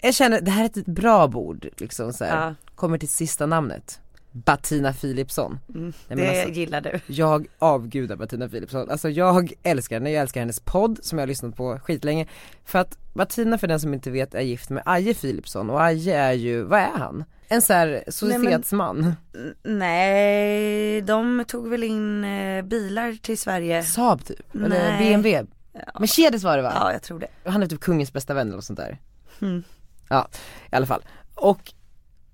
Jag känner, det här är ett bra bord liksom så här. Ja. kommer till sista namnet. Bettina Philipsson. Nej, men Mm. det alltså- gillar du. jag avgudar Bettina Philipsson, alltså jag älskar henne, jag älskar hennes podd som jag har lyssnat på skitlänge För att Bettina för den som inte vet är gift med Aje Philipsson och Aje är ju, vad är han? En så här societetsman, N- Nej, de tog väl in eh, bilar till Sverige. Saab typ, eller Nej. BMW Mercedes var det va? Ja, jag tror det. Han är typ kungens bästa vän eller något sånt där Mm. Ja, i alla fall. Och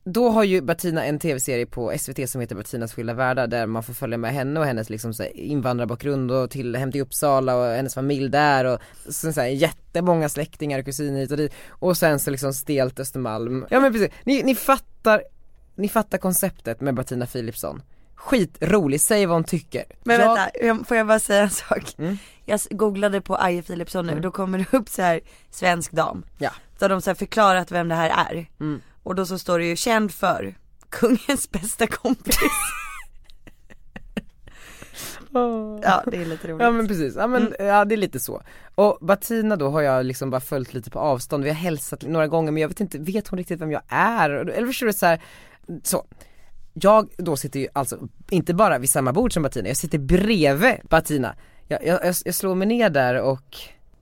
då har ju Bettina en tv-serie på SVT som heter Bettinas skilda världar där man får följa med henne och hennes liksom så här invandrarbakgrund och till hem till Uppsala och hennes familj där och sen så här jättemånga släktingar och kusiner hit och dit och sen så liksom stelt Östermalm. Ja men precis, ni, ni fattar, ni fattar konceptet med Bettina Philipsson. Skitrolig, säg vad hon tycker. Men Jag- vänta, jag- får jag bara säga en sak? Mm. Jag s- googlade på Aje Philipsson nu, då kommer det upp så här svensk dam. Ja. Mm. Så har de så här förklarat vem det här är. Och då så står det ju känd för kungens bästa kompis. ja det är lite roligt. Ja men precis, ja men ja, det är lite så. Och Bettina då har jag liksom bara följt lite på avstånd, vi har hälsat några gånger men jag vet inte, vet hon riktigt vem jag är? Och- Eller förstår du så här, så. Jag då sitter ju alltså, inte bara vid samma bord som Bettina, jag sitter bredvid Bettina. Jag, jag, jag- jag slår mig ner där och,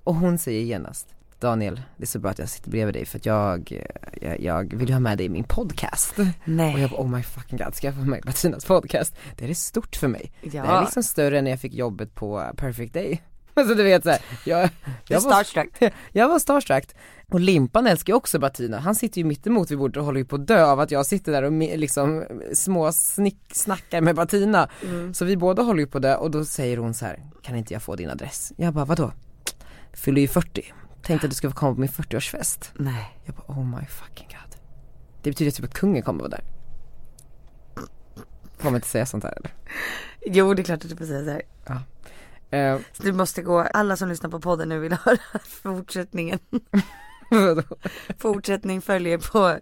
och hon säger genast Daniel, det är så bra att jag sitter bredvid dig för att jag, jag, jag vill ju ha med dig i min podcast. Och jag Nej. bara oh my fucking god, ska jag få med Bettinas podcast? Det här är stort för mig. Ja. Det här är liksom större än när jag fick jobbet på Perfect Day. Alltså du vet såhär, jag, jag, var, starstruck. jag var starstruck. Och Limpan älskar ju också Bettina, han sitter ju mitt emot vid bordet och håller ju på att dö av att jag sitter där och me- liksom små snick, snackar med Bettina. Så vi båda håller ju på att dö och då säger hon så här: kan inte jag få din adress? Jag bara vadå? Fyller ju 40, Tänkte att du skulle få komma på min 40-årsfest. Nej. Jag bara oh my fucking god. Det betyder typ att kungen kommer vara där. Kommer inte säga sånt här eller? Jo det är klart att du får säga så här. Eh, Så du måste gå, alla som lyssnar på podden nu vill höra fortsättningen. vadå? Fortsättning följer på,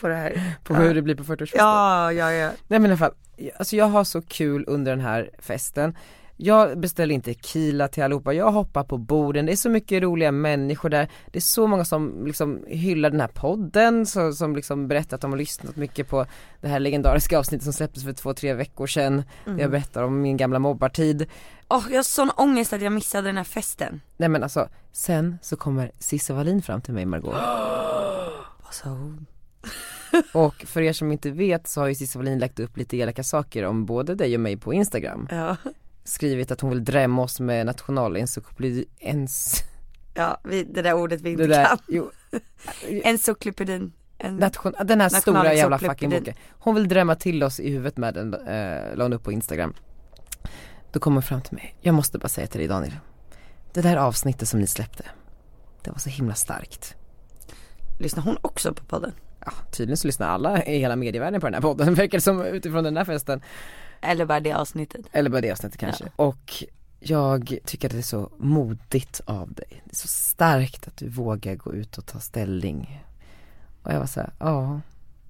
på det här. på hur det blir på 40-årsfesten? Ja, ja, ja. Nej men i alla fall, alltså jag har så kul under den här festen jag beställer inte kila till allihopa, jag hoppar på borden, det är så mycket roliga människor där Det är så många som liksom hyllar den här podden, så, som liksom berättar att de har lyssnat mycket på det här legendariska avsnittet som släpptes för två, tre veckor sedan Där jag berättar om min gamla mobbartid Åh, jag har sån ångest att jag missade den här festen. Nej men alltså, sen så kommer Cissi Wallin fram till mig Margot Vad sa hon? Och för er som inte vet så har ju Cissi Wallin lagt upp lite elaka saker om både dig och mig på Instagram Ja. skrivit att hon vill drämma oss med nationalencyklopedins... Ja, vi, det där ordet vi inte Det där, kan. jo, En cyklopedin. En... nation, den här stora jävla fucking Nationalencyklopedin. boken. Hon vill drämma till oss i huvudet med den, eh, la hon upp på Instagram. Då kom hon fram till mig, jag måste bara säga till dig Daniel. Det där avsnittet som ni släppte, det var så himla starkt. Lyssnar hon också på podden? Ja, tydligen så lyssnar alla i hela medievärlden på den här podden, verkar det som utifrån den här festen. Eller bara det avsnittet? Eller bara det avsnittet kanske. Och jag tycker att det är så modigt av dig. Det är så starkt att du vågar gå ut och ta ställning. Och jag var så här, ja,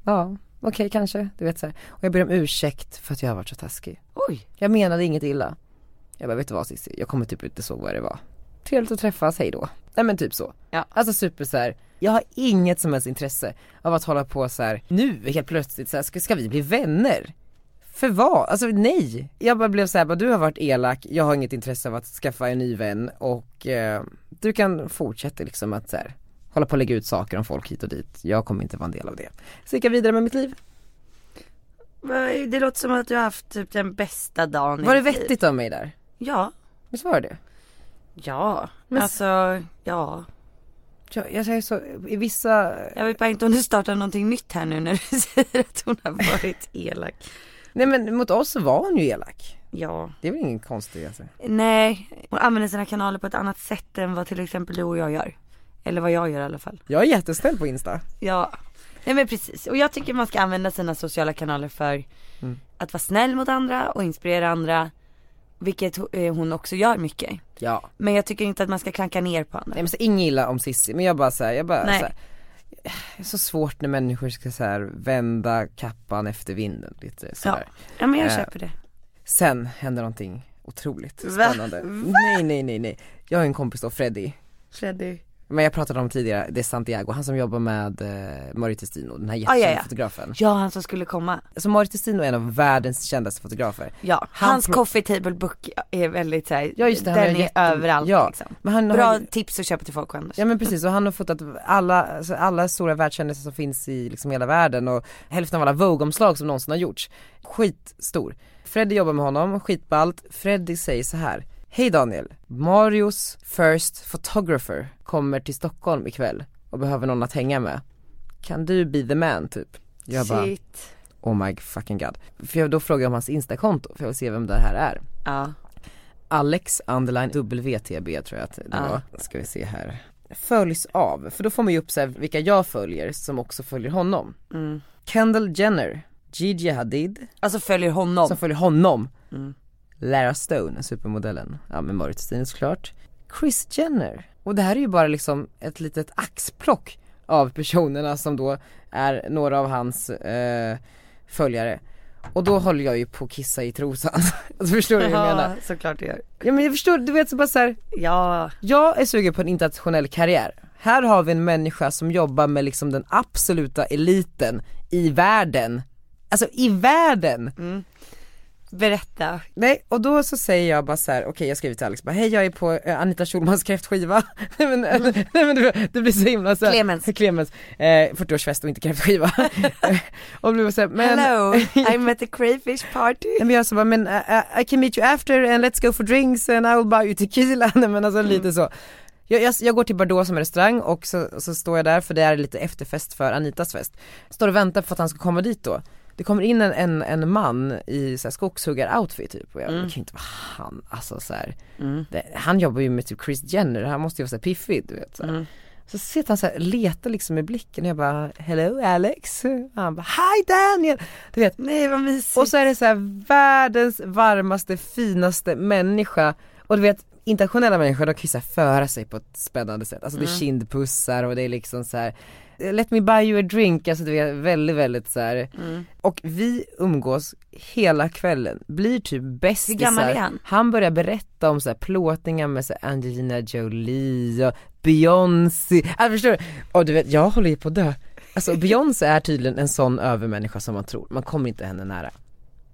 ja, okej kanske, du vet så här. Och jag ber om ursäkt för att jag har varit så taskig. Oj. Jag menade inget illa. Jag bara, vet du vad Cissi, jag kommer typ inte såg vad det var. Trevligt att träffas, hej då. Nej men typ så. Ja. Alltså super så här. jag har inget som helst intresse av att hålla på så här. nu helt plötsligt så här, ska, ska vi bli vänner? För vad? Alltså nej! Jag bara blev såhär, bara, du har varit elak, jag har inget intresse av att skaffa en ny vän och eh, du kan fortsätta liksom att så här, hålla på och lägga ut saker om folk hit och dit. Jag kommer inte vara en del av det. Så gick jag vidare med mitt liv. Men Det låter som att du har haft typ den bästa dagen i Var det ditt liv. vettigt av mig där? Ja. Visst var det det? Ja. Men- Alltså, ja. Jag, jag säger så, i vissa Jag vet bara inte om du startar någonting nytt här nu när du säger att hon har varit elak. Nej men mot oss så var hon ju elak. Ja. Det är väl ingen konstig alltså. Nej, hon använder sina kanaler på ett annat sätt än vad till exempel du och jag gör. Eller vad jag gör i alla fall. Jag är jättesnäll på Insta. Ja, nej men precis. Och jag tycker man ska använda sina sociala kanaler för Mm. att vara snäll mot andra och inspirera andra. Vilket ho- eh, hon också gör mycket. Ja. Men jag tycker inte att man ska klanka ner på andra. Nej men så inget illa om Sissi men jag bara såhär, jag bara Nej. såhär. Det är så svårt när människor ska så här vända kappan efter vinden lite ja. sådär. ja, men jag Eh, köper det. Sen händer någonting otroligt Va? spännande. Nej nej nej nej. Jag har en kompis då, Freddy. Freddy. Men jag pratade om tidigare, det är Santiago, han som jobbar med eh, Mario Testino, den här Ah, ja, jättekända ja. fotografen. Ja, han som skulle komma. Så Mario Testino är en av världens kändaste fotografer. Ja, Han hans pro- coffee table book är väldigt såhär, Ja, just det, han den har är jätte- överallt ja. liksom. Men han har Bra ju- tips att köpa till folk Anders. Ja men precis och han har fått att alla, alltså alla stora världskändisar som finns i liksom hela världen och hälften av alla Vogue-omslag som någonsin har gjorts. Skitstor. Freddy jobbar med honom, skitballt. Freddy säger så här. Hej Daniel, Marios first photographer kommer till Stockholm ikväll och behöver någon att hänga med. Kan du be the man typ? Jag bara Shit. oh my fucking god. För jag, då frågar jag om hans instakonto för jag vill se vem det här är. Ja. Alex underline WTB tror jag att det Ja. var. Ska vi se här. Följs av, för då får man ju upp så här vilka jag följer som också följer honom. Mm. Kendall Jenner, Gigi Hadid Alltså följer honom. som följer honom. Mm. Lara Stone, supermodellen. Ja med Marit Steen såklart. Chris Jenner. Och det här är ju bara liksom ett litet axplock av personerna som då är några av hans eh, följare. Och då håller jag ju på att kissa i trosan. alltså förstår du hur jag menar? såklart det gör. Ja men jag förstår, du vet så bara så här, Ja. jag är sugen på en internationell karriär. Här har vi en människa som jobbar med liksom den absoluta eliten i världen. Alltså i världen! Mm. Berätta. Nej, och då så säger jag bara så här: okej jag skriver till Alex bara, hej jag är på eh, Anita Schulmans kräftskiva. nej men, nej, men det, det blir så himla så här, Clemens. Clemens, eh, 40-årsfest och inte kräftskiva. och blir så här, men, Hello, I'm at the crayfish party. Nej men jag sa bara, men I, I- I can meet you after and let's go for drinks and I will buy you tequila, Nej, men alltså lite så. Jag, jag, jag går till Bardot som är restaurang och så, så står jag där för det är lite efterfest för Anitas fest. Står och väntar på att han ska komma dit då. Det kommer in en, en, en man i så här, skogshuggar-outfit typ och jag det kan ju inte vara han, alltså så här, det, Han jobbar ju med typ Chris Jenner, han måste ju vara så här piffig du vet så, här. så sitter han så här, letar liksom i blicken och jag bara Hello Alex, och han bara Hi Daniel! Du vet, Nej vad mysigt. och så är det så här världens varmaste, finaste människa och du vet internationella människor de kan ju så här föra sig på ett spännande sätt, alltså Mm. det är kindpussar och det är liksom så här Let me buy you a drink, alltså du vet väldigt väldigt så här. Mm. Och vi umgås hela kvällen, blir typ bästisar gammal är han? Han börjar berätta om så här plåtningar med så här Angelina Jolie och Beyoncé, alltså förstår du? Och du vet jag håller ju på att dö Alltså Beyoncé är tydligen en sån övermänniska som man tror, man kommer inte henne nära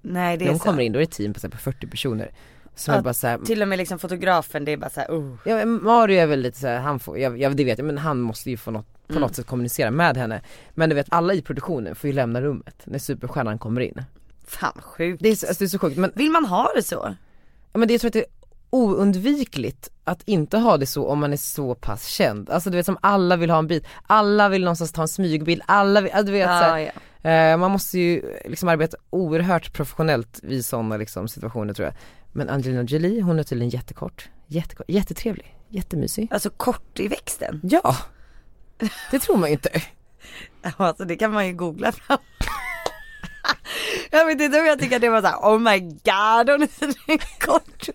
Nej det när är hon så. kommer in då är det ett team på, så här, på 40 personer som Ja, är bara såhär, Till och med liksom fotografen det är bara såhär oh. ja, men Mario är väl lite såhär, han får, jag, jag, det vet jag men han måste ju få något, på något sätt kommunicera med henne Men du vet alla i produktionen får ju lämna rummet när superstjärnan kommer in Fan sjukt. Det är, så- alltså, det är så sjukt men, Vill man ha det så? ja, men det, jag tror att det är oundvikligt att inte ha det så om man är så pass känd Alltså du vet som alla vill ha en bit, alla vill någonstans ta en smygbild, alla vill, alltså, du vet såhär, ja. Eh, man måste ju liksom arbeta oerhört professionellt vid sådana liksom situationer tror jag. Men Angelina Jolie hon är tydligen jättekort, jättekort jättetrevlig, jättemysig. Alltså kort i växten. Ja, det tror man ju inte. Ja, Alltså det kan man ju googla fram. jag vet inte om jag tycker att det var såhär oh my god hon är så kort.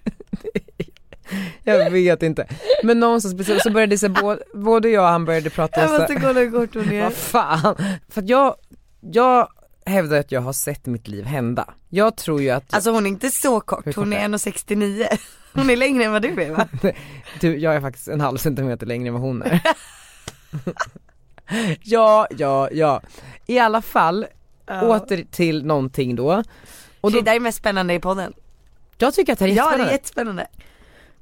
Jag vet inte. Men någonstans precis, så började det så här, både, både jag och han började prata Jag så måste här, kolla hur kort hon är. vad fan. För att jag, jag hävdar att jag har sett mitt liv hända. Jag tror ju att, Alltså hon är inte så Typ. Hur kort, kort hon är är 1,69. Hon är längre än vad du är va? du, jag är faktiskt en halv centimeter längre än vad hon är. ja, ja, ja. I alla fall, Åter till någonting då. och Och då Det där är mest spännande i podden. jag tycker att det här är Ja det jättespännande. är jättespännande.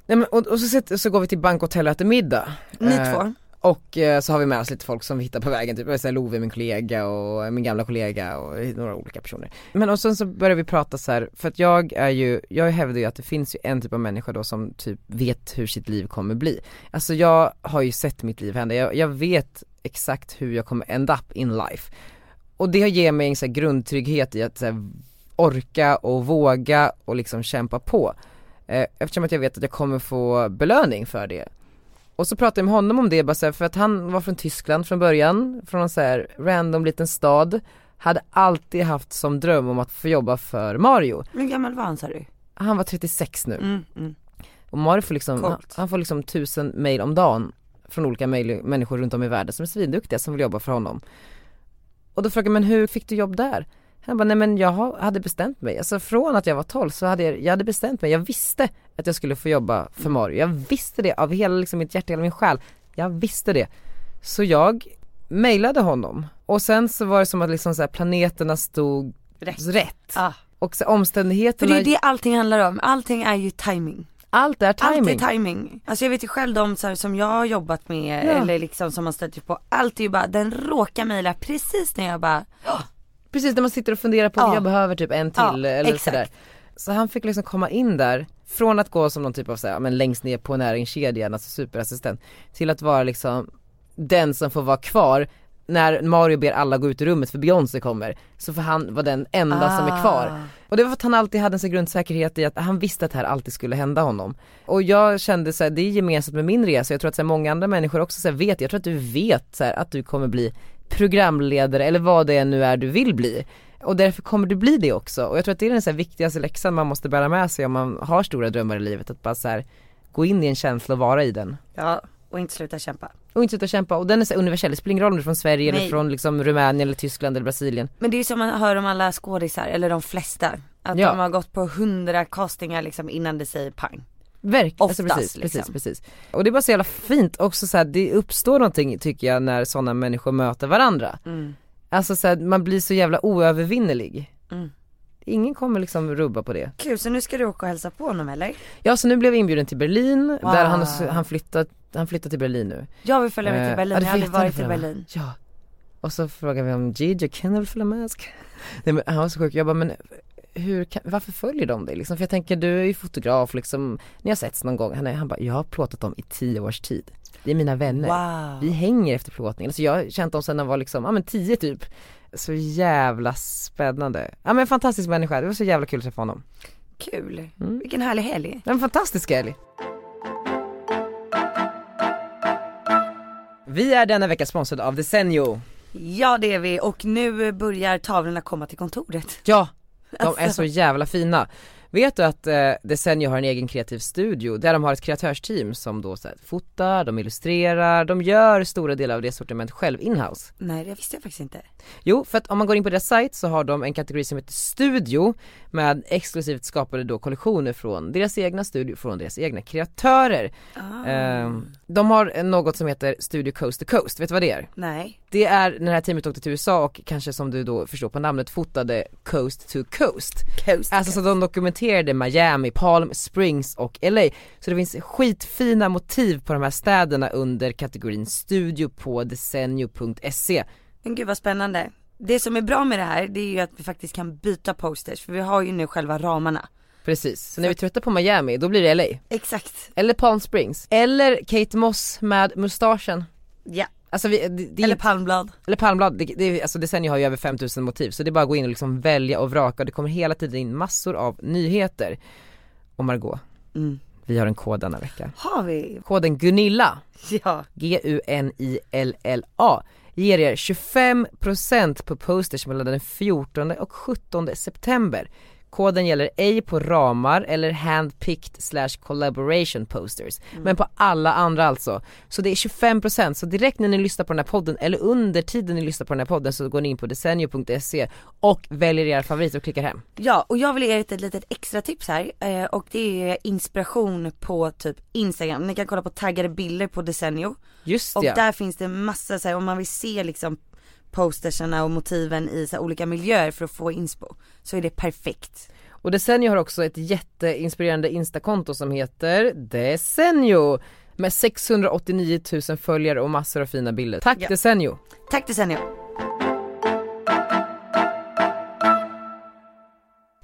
Nej, men, och, och så, sitter, så går vi till bankhotell och äter middag. Ni Eh, två. Och eh, så har vi med oss lite folk som vi hittar på vägen, typ så här, Love, min kollega och eh, min gamla kollega och några olika personer. Men och sen så börjar vi prata så här, för att jag är ju, jag hävdar ju att det finns ju en typ av människa då som typ vet hur sitt liv kommer bli. Alltså jag har ju sett mitt liv hända, jag, jag vet exakt hur jag kommer end up in life. Och det ger mig en så här grundtrygghet i att så här, orka och våga och liksom kämpa på. Eh, Eftersom att jag vet att jag kommer få belöning för det. Och så pratade jag med honom om det bara så här, för att han var från Tyskland från början, från en så här random liten stad. Hade alltid haft som dröm om att få jobba för Mario. Hur gammal var han sa Eh. du? Han var 36 nu Mm, mm. och Mario får liksom, Coolt. han, han får liksom tusen mail om dagen från olika mail, människor runt om i världen som är svinduktiga som vill jobba för honom. Och då frågar jag, men hur fick du jobb där? Han bara, nej men jag ha- hade bestämt mig. Alltså från att jag var 12 så hade jag, jag hade bestämt mig. Jag visste att jag skulle få jobba för Mario. Jag visste det av hela liksom mitt hjärta, hela min själ. Jag visste det. Så jag mailade honom. Och sen så var det som att liksom så här, planeterna stod Rätt. rätt. rätt. Ah. Och så För omständigheterna, det är det allting handlar om, allting är ju timing. allt är timing. Alltid timing. Alltså jag vet ju själv de så här, som jag har jobbat med Ja. eller liksom som man stöter på, allt är ju bara, den råkar mejla precis när jag bara, Precis, när man sitter och funderar på Ja. om jag behöver typ en till Ja, eller exakt. sådär. Så han fick liksom komma in där, från att gå som någon typ av såhär, ja, men längst ner på näringskedjan, alltså superassistent, till att vara liksom den som får vara kvar när Mario ber alla gå ut ur rummet för Beyoncé kommer, så får han vara den enda som är kvar. Och det var för att han alltid hade en sån grundsäkerhet i att han visste att det här alltid skulle hända honom. Och jag kände såhär, det är gemensamt med min resa, jag tror att så här, många andra människor också så här, vet, jag tror att du vet så här, att du kommer bli programledare eller vad det nu är du vill bli. Och därför kommer du bli det också. Och jag tror att det är den så här viktigaste läxan man måste bära med sig om man har stora drömmar i livet, att bara så här, gå in i en känsla och vara i den. ja och inte sluta kämpa. Och inte sluta kämpa, och den är så här universell, det spelar ingen roll om du är från Sverige Nej. eller från liksom Rumänien eller Tyskland eller Brasilien. Men det är ju som man hör om alla skådisar, eller de flesta, att Ja. de har gått på hundra castingar liksom innan det säger pang. Verkligen, Oftast, alltså precis, liksom. precis, precis. Och det är bara så jävla fint också så här, det uppstår någonting tycker jag när sådana människor möter varandra. Mm. Alltså så här, man blir så jävla oövervinnerlig. Mm. Ingen kommer liksom rubba på det. Kul, så nu ska du åka och hälsa på honom eller? Ja så nu blev jag inbjuden till Berlin, Wow. där han, han, flyttat, han flyttat till Berlin nu. Jag vill följa med Eh, till Berlin, ja, det jag har aldrig vet han varit i för mig. Berlin. Ja. Och så frågar vi om Gigi kan väl följa med? Ska- Nej men han var så sjuk, jag bara men hur kan, varför följer de dig liksom? För jag tänker du är ju fotograf liksom, ni har setts någon gång. Han, är, han bara, jag har plåtat dem i tio års tid. Det är mina vänner. Wow. Vi hänger efter plåtningen. Alltså jag har känt dem sedan jag var liksom, ja men tio typ. Så jävla spännande. Ja men fantastisk människa, det var så jävla kul att träffa honom. Kul. Mm. Vilken härlig helg. En fantastisk helg. Vi är denna vecka sponsrade av Desenio. Ja det är vi och nu börjar tavlorna komma till kontoret. Ja, Alltså. de är så jävla fina. Vet du att eh, Desenio har en egen kreativ studio där de har ett kreatörsteam som då så här, fotar, de illustrerar, de gör stora delar av det sortiment själv inhouse. Nej det visste jag faktiskt inte. Jo, för att om man går in på deras sajt så har de en kategori som heter studio med exklusivt skapade då kollektioner från deras egna studio, från deras egna kreatörer. Ehm, de har något som heter Studio Coast to Coast, vet du vad det är? Nej. Det är när det här teamet åkte till USA och kanske som du då förstår på namnet fotade Coast to Coast. Coast. Alltså så de dokumenterade Miami, Palm Springs och LA. Så det finns skitfina motiv på de här städerna under kategorin studio på decennio.se. Men gud vad spännande. Det som är bra med det här det är ju att vi faktiskt kan byta posters för vi har ju nu själva ramarna. Precis, så när vi är trötta på Miami då blir det LA. Exakt. Eller Palm Springs. Eller Kate Moss med mustaschen. Ja. Alltså vi, det, det är Eller palmblad. Eller palmblad, det, det, alltså Desenio har ju över 5000 motiv så det är bara att gå in och liksom välja och vraka och det kommer hela tiden in massor av nyheter. Och Margot, Mm. vi har en kod denna vecka. Har vi. Koden Gunilla, Ja. G-U-N-I-L-L-A, ger er 25% på posters mellan den 14 och 17 september. Koden gäller ej på ramar eller handpicked slash collaboration posters, men på alla andra alltså. Så det är 25% så direkt när ni lyssnar på den här podden eller under tiden ni lyssnar på den här podden så går ni in på desenio.se E och väljer era favoriter och klickar hem. Ja, och jag vill ge er ett litet extra tips här eh, och det är inspiration på typ Instagram. Ni kan kolla på taggade bilder på Desenio Just och ja. där finns det massa så här, om man vill se liksom posterserna och motiven i så här, olika miljöer för att få inspo så är det perfekt. Och Desenio har också ett jätteinspirerande instakonto som heter Desenio med 689 000 följare och massor av fina bilder. Tack Ja. Desenio! Tack Desenio!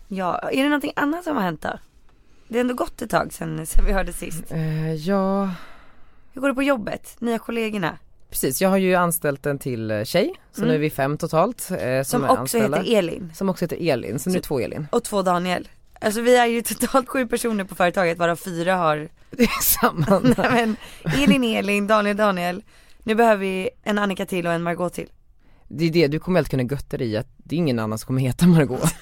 Ja, är det någonting annat som har hänt då? Det är ändå gått ett tag sen, sen vi hörde sist. Eh, ja, Hur går det på jobbet? Nya kollegorna? precis. Jag har ju anställt en till eh, tjej, så nu är vi fem totalt eh, som, Mm. Som är också anställda. heter Elin. som också heter Elin, så nu är det två Elin. och två Daniel. Alltså vi är ju totalt sju personer på företaget varav fyra har, Samman. nej men Elin, Elin, Daniel, Daniel. Nu behöver vi en Annika till och en Margot till. Det är det, du kommer helt kunna götta dig i att det är ingen annan som kommer heta Margot.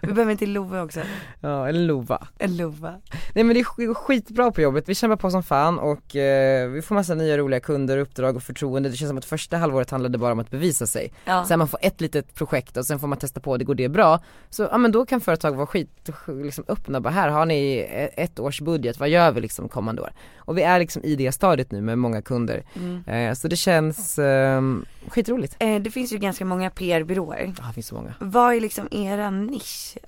Vi behöver en till Love också. ja, eller Lova. En Lova. Nej men det är sk- det går skitbra på jobbet, vi kämpar på som fan och eh, vi får massa nya roliga kunder, uppdrag och förtroende. Det känns som att första halvåret handlade bara om att bevisa sig. Ja. Sen man får ett litet projekt och sen får man testa på, det går det bra. Så ja men då kan företag vara skit, liksom öppna bara här har ni e- ett års budget, vad gör vi liksom kommande år? Och vi är liksom i det stadiet nu med många kunder. Eh, så det känns eh, skitroligt. Eh, det finns ju ganska många PR-byråer. Ja, det finns så många. Vad är liksom era nisch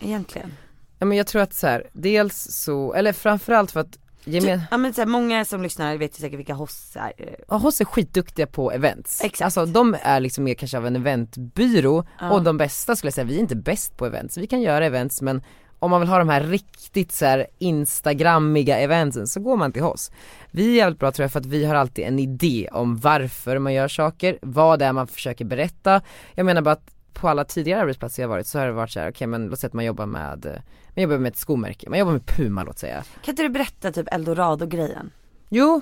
egentligen? Ja men jag tror att så här, dels så, eller framförallt för att gemen... Ja men så här, många som lyssnar vet ju säkert vilka Hoss är. Ja, Hoss är skitduktiga på events. Exakt. Alltså de är liksom mer kanske av en eventbyrå och de bästa skulle jag säga, vi är inte bäst på events. Vi kan göra events men om man vill ha de här riktigt så här instagrammiga eventsen så går man till Hoss. Vi är jävligt bra tror jag för att vi har alltid en idé om varför man gör saker, vad det är man försöker berätta. Jag menar bara att på alla tidigare arbetsplatser jag varit så har det varit så här, okej men låt säga att man jobbar med, eh, man jobbar med ett skomärke, man jobbar med Puma låt säga. Kan inte du berätta typ Eldorado-grejen? Jo,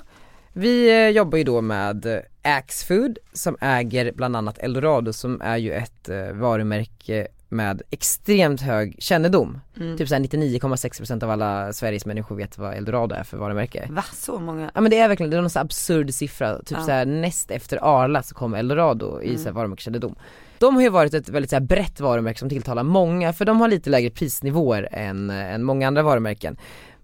vi eh, jobbar ju då med eh, Axfood som äger bland annat Eldorado som är ju ett eh, varumärke med extremt hög kännedom. Typ såhär 99,6% av alla Sveriges människor vet vad Eldorado är för varumärke. Va? Så många? Ja men det är verkligen, det är någon så här absurd siffra, typ Ja. såhär näst efter Arla så kom Eldorado i såhär varumärkeskännedom. De har ju varit ett väldigt såhär brett varumärke som tilltalar många för de har lite lägre prisnivåer än, eh, än många andra varumärken.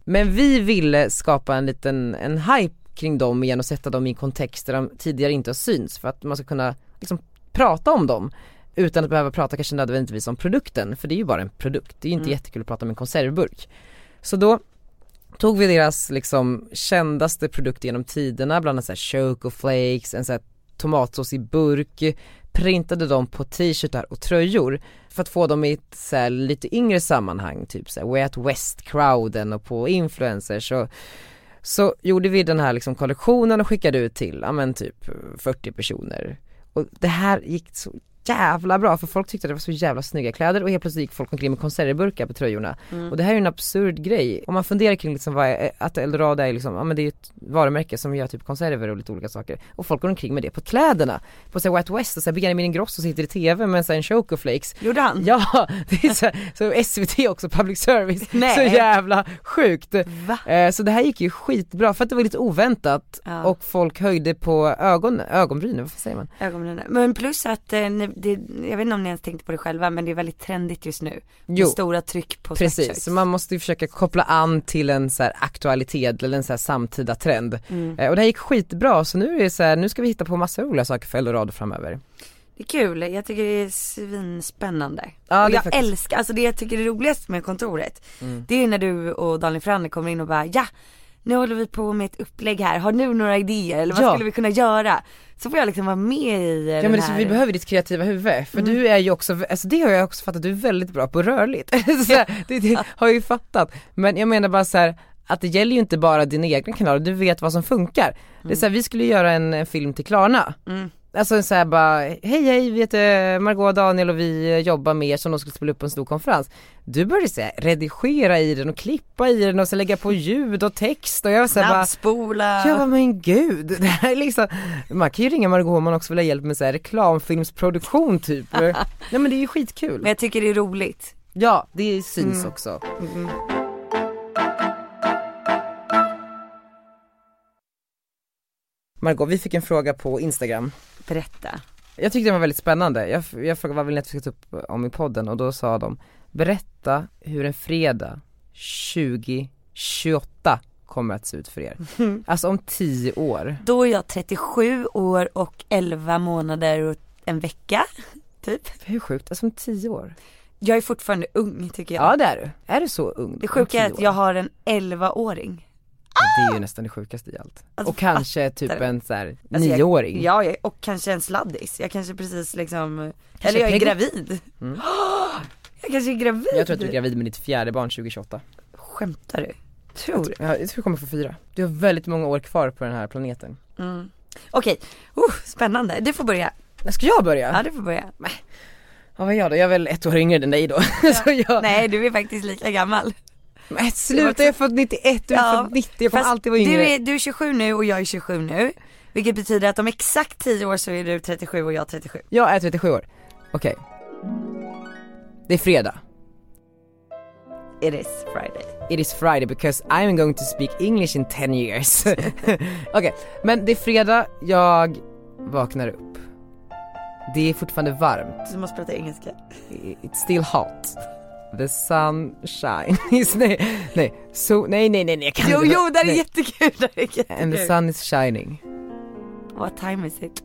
Men vi ville skapa en liten, en hype kring dem igen och sätta dem i en kontext där de tidigare inte har synts för att man ska kunna liksom prata om dem utan att behöva prata kanske nödvändigtvis om produkten för det är ju bara en produkt, det är ju inte jättekul att prata om en konservburk. Så då tog vi deras liksom kändaste produkt genom tiderna, bland annat så här Choco Flakes, en så här tomatsås i burk, printade dem på t-shirtar och tröjor för att få dem i ett så här lite yngre sammanhang, typ så här Way Out West-crowden och på influencers och så gjorde vi den här liksom kollektionen och skickade ut till, ja men typ 40 personer. Och det här gick så jävla bra för folk tyckte att det var så jävla snygga kläder och helt plötsligt gick folk omkring med konservburkar på tröjorna. Mm. Och det här är ju en absurd grej. Om man funderar kring liksom vad är, att Eldorado är liksom, ja men det är ju ett varumärke som gör typ konserver och lite olika saker. Och folk går omkring med det på kläderna. På såhär White West och såhär Benjamin Ingrosso sitter i TV med såhär en Choco Flakes. Gjorde han? Ja, det är så, så SVT också, public service. Nej. Så jävla sjukt. Va? Eh, Så det här gick ju skitbra för att det var lite oväntat Ja. och folk höjde på ögon, ögonbrynen, vad fan säger man? Ögonbrynen. Men plus att, eh, ni, det, jag vet inte om ni ens tänkte på det själva men det är väldigt trendigt just nu. Med Jo. Stora tryck på Precis, sweatshirts. så man måste ju försöka koppla an till en så här aktualitet eller en så här samtida trend. Eh, Och det här gick skitbra så nu är det så här, nu ska vi hitta på massa roliga saker för Eldorado framöver. Det är kul, jag tycker det är svinspännande. Ja, det och är jag faktiskt- Mm. älskar, alltså det jag tycker är roligast med kontoret, det är ju när du och Daniel Frander kommer in och bara ja, nu håller vi på med ett upplägg här, har du några idéer eller vad Ja. skulle vi kunna göra? Så får jag liksom vara med i Ja men den det, så här. Mm. vi behöver ditt kreativa huvud, för du är ju också, alltså det har jag också fattat, du är väldigt bra på rörligt. så här, det, det har jag ju fattat. Men jag menar bara så här att det gäller ju inte bara dina egna kanaler, du vet vad som funkar. Mm. Det är så här, vi skulle göra en, en film till Klarna. Alltså en så här bara, hej hej vi heter Margot och Daniel och vi jobbar med er som de skulle spela upp på en stor konferens. Du började så här, redigera i den och klippa i den och så lägga på ljud och text och jag var så här, bara, Snabbspola. jag bara, men gud, det här är liksom, man kan ju ringa Margot om man också vill ha hjälp med så här reklamfilmsproduktion typ. Nej men det är ju Men skitkul. Mm. jag tycker det är roligt. Ja, det syns också. Margot, vi fick en fråga på Instagram. Berätta. Jag tyckte den var väldigt spännande. Jag, jag frågade vad vill ni att vi ska ta upp eh, om i podden och då sa de Berätta hur en fredag 2028 kommer att se ut för er. Alltså om 10 år. Då är jag 37 år och 11 månader och en vecka, typ. Hur sjukt? Alltså om 10 år? Jag är fortfarande ung tycker jag. Ja det är du. Är du så ung? om Det sjuka är 10 att år? jag har en 11-åring. Ja, Det är ju nästan det sjukaste i allt. Alltså, och kanske typ fattar du? en såhär Alltså, jag- nioåring. Ja, jag- och kanske en sladdis. Jag kanske precis liksom, eller jag är pigg. Mm. gravid. Jag kanske är gravid. Jag tror att du är gravid med ditt fjärde barn 2028. Skämtar du? Tror du? Ja, jag tror du kommer få fyra. Du har väldigt många år kvar på den här planeten. Mm. Okej, oh, spännande. Du får börja. Ska jag börja? Ja, du får börja. Ja vad är jag då? Jag är väl ett år yngre än dig då. så jag... Nej, du är faktiskt lika gammal. Men sluta jag är född 91, du är Ja, född 90, jag kommer Fast alltid vara yngre. Du är, du är 27 nu och jag är 27 nu. Vilket betyder att om exakt 10 år så är du 37 och jag 37. Jag är 37 år. Okej. Det är fredag. It is Friday. It is Friday because I'm going to speak English in 10 years. Okej, men det är fredag, jag vaknar upp. Det är fortfarande varmt. Så du måste prata engelska. I- It's still hot. The sun shines. nej, nej, so, nej, nej, nej, nej, jag kan Jo, inte. jo, där är Nej. jättekul, där är jättekul. And the sun is shining. What time is it?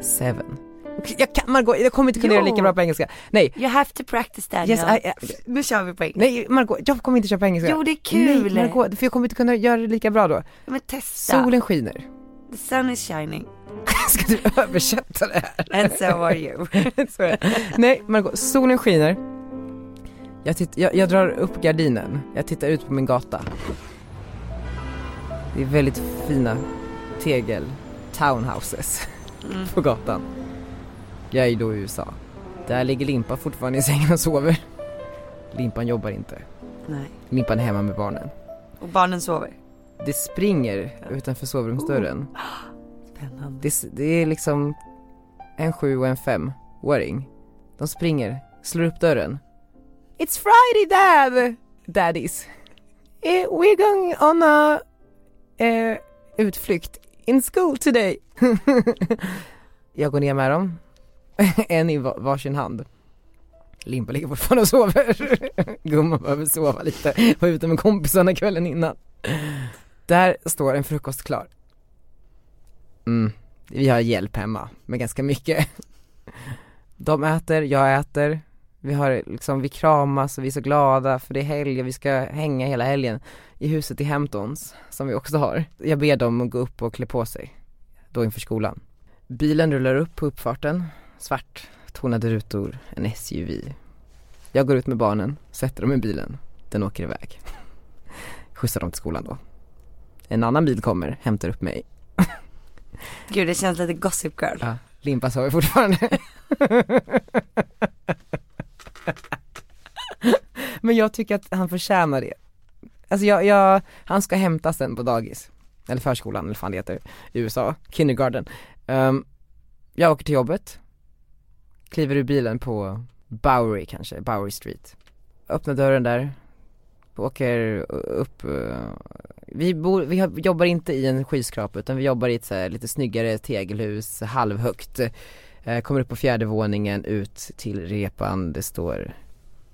Seven. Okej, Jag kan, Margot, jag kommer inte kunna göra Jo. lika bra på engelska. Nej, You have to practice Daniel. yes, I, I, Nu kör vi på engelska. nej, Margot, jag kommer inte köra på engelska. Jo det är kul! Nej, Margot, för jag kommer inte kunna göra det lika bra då. men testa! Solen skiner. The sun is shining Ska du översätta det här? and so are you. Så är det. Nej, Margot, solen skiner. Jag, titt, jag, jag drar upp gardinen. Jag tittar ut på min gata. Det är väldigt fina tegel townhouses Mm. på gatan. Jag är då i USA. Där ligger Limpan fortfarande i sängen och sover. Limpan jobbar inte. Nej. Limpan är hemma med barnen. Och barnen sover. Det springer utanför sovrumsdörren. Spännande. Det, det är liksom en sju och en femåring. De springer, slår upp dörren. It's Friday dad! Daddies. Eh, we're going on a eh, utflykt in school today. Jag går ner med dem. en i va- varsin hand. Limpa ligger fortfarande och sover. Gumman behöver sova lite. Var ute med kompisarna kvällen innan. Där står en frukost klar. Mm, vi har hjälp hemma med ganska mycket. De äter, jag äter. Vi har liksom, vi kramas och vi är så glada för det är helg och vi ska hänga hela helgen i huset i Hamptons som vi också har. Jag ber dem att gå upp och klä på sig, då inför skolan. Bilen rullar upp på uppfarten, svart, tonade rutor, en SUV. Jag går ut med barnen, sätter dem i bilen, den åker iväg. Skjutsar dem till skolan då. En annan bil kommer, hämtar upp mig. Gud det känns lite gossip girl. Ja. limpa sover fortfarande. Men jag tycker att han förtjänar det. Alltså jag, jag, han ska hämtas sen på dagis. Eller förskolan eller vad fan det heter i USA, kindergarten. Ehm, jag åker till jobbet, kliver ur bilen på Bowery kanske, Bowery Street. Öppnar dörren där, åker upp, eh, vi, bor, vi har- jobbar inte i en skyskrapa utan vi jobbar i ett så här, lite snyggare tegelhus, halvhögt. Eh, kommer upp på fjärde våningen, ut till repan, det står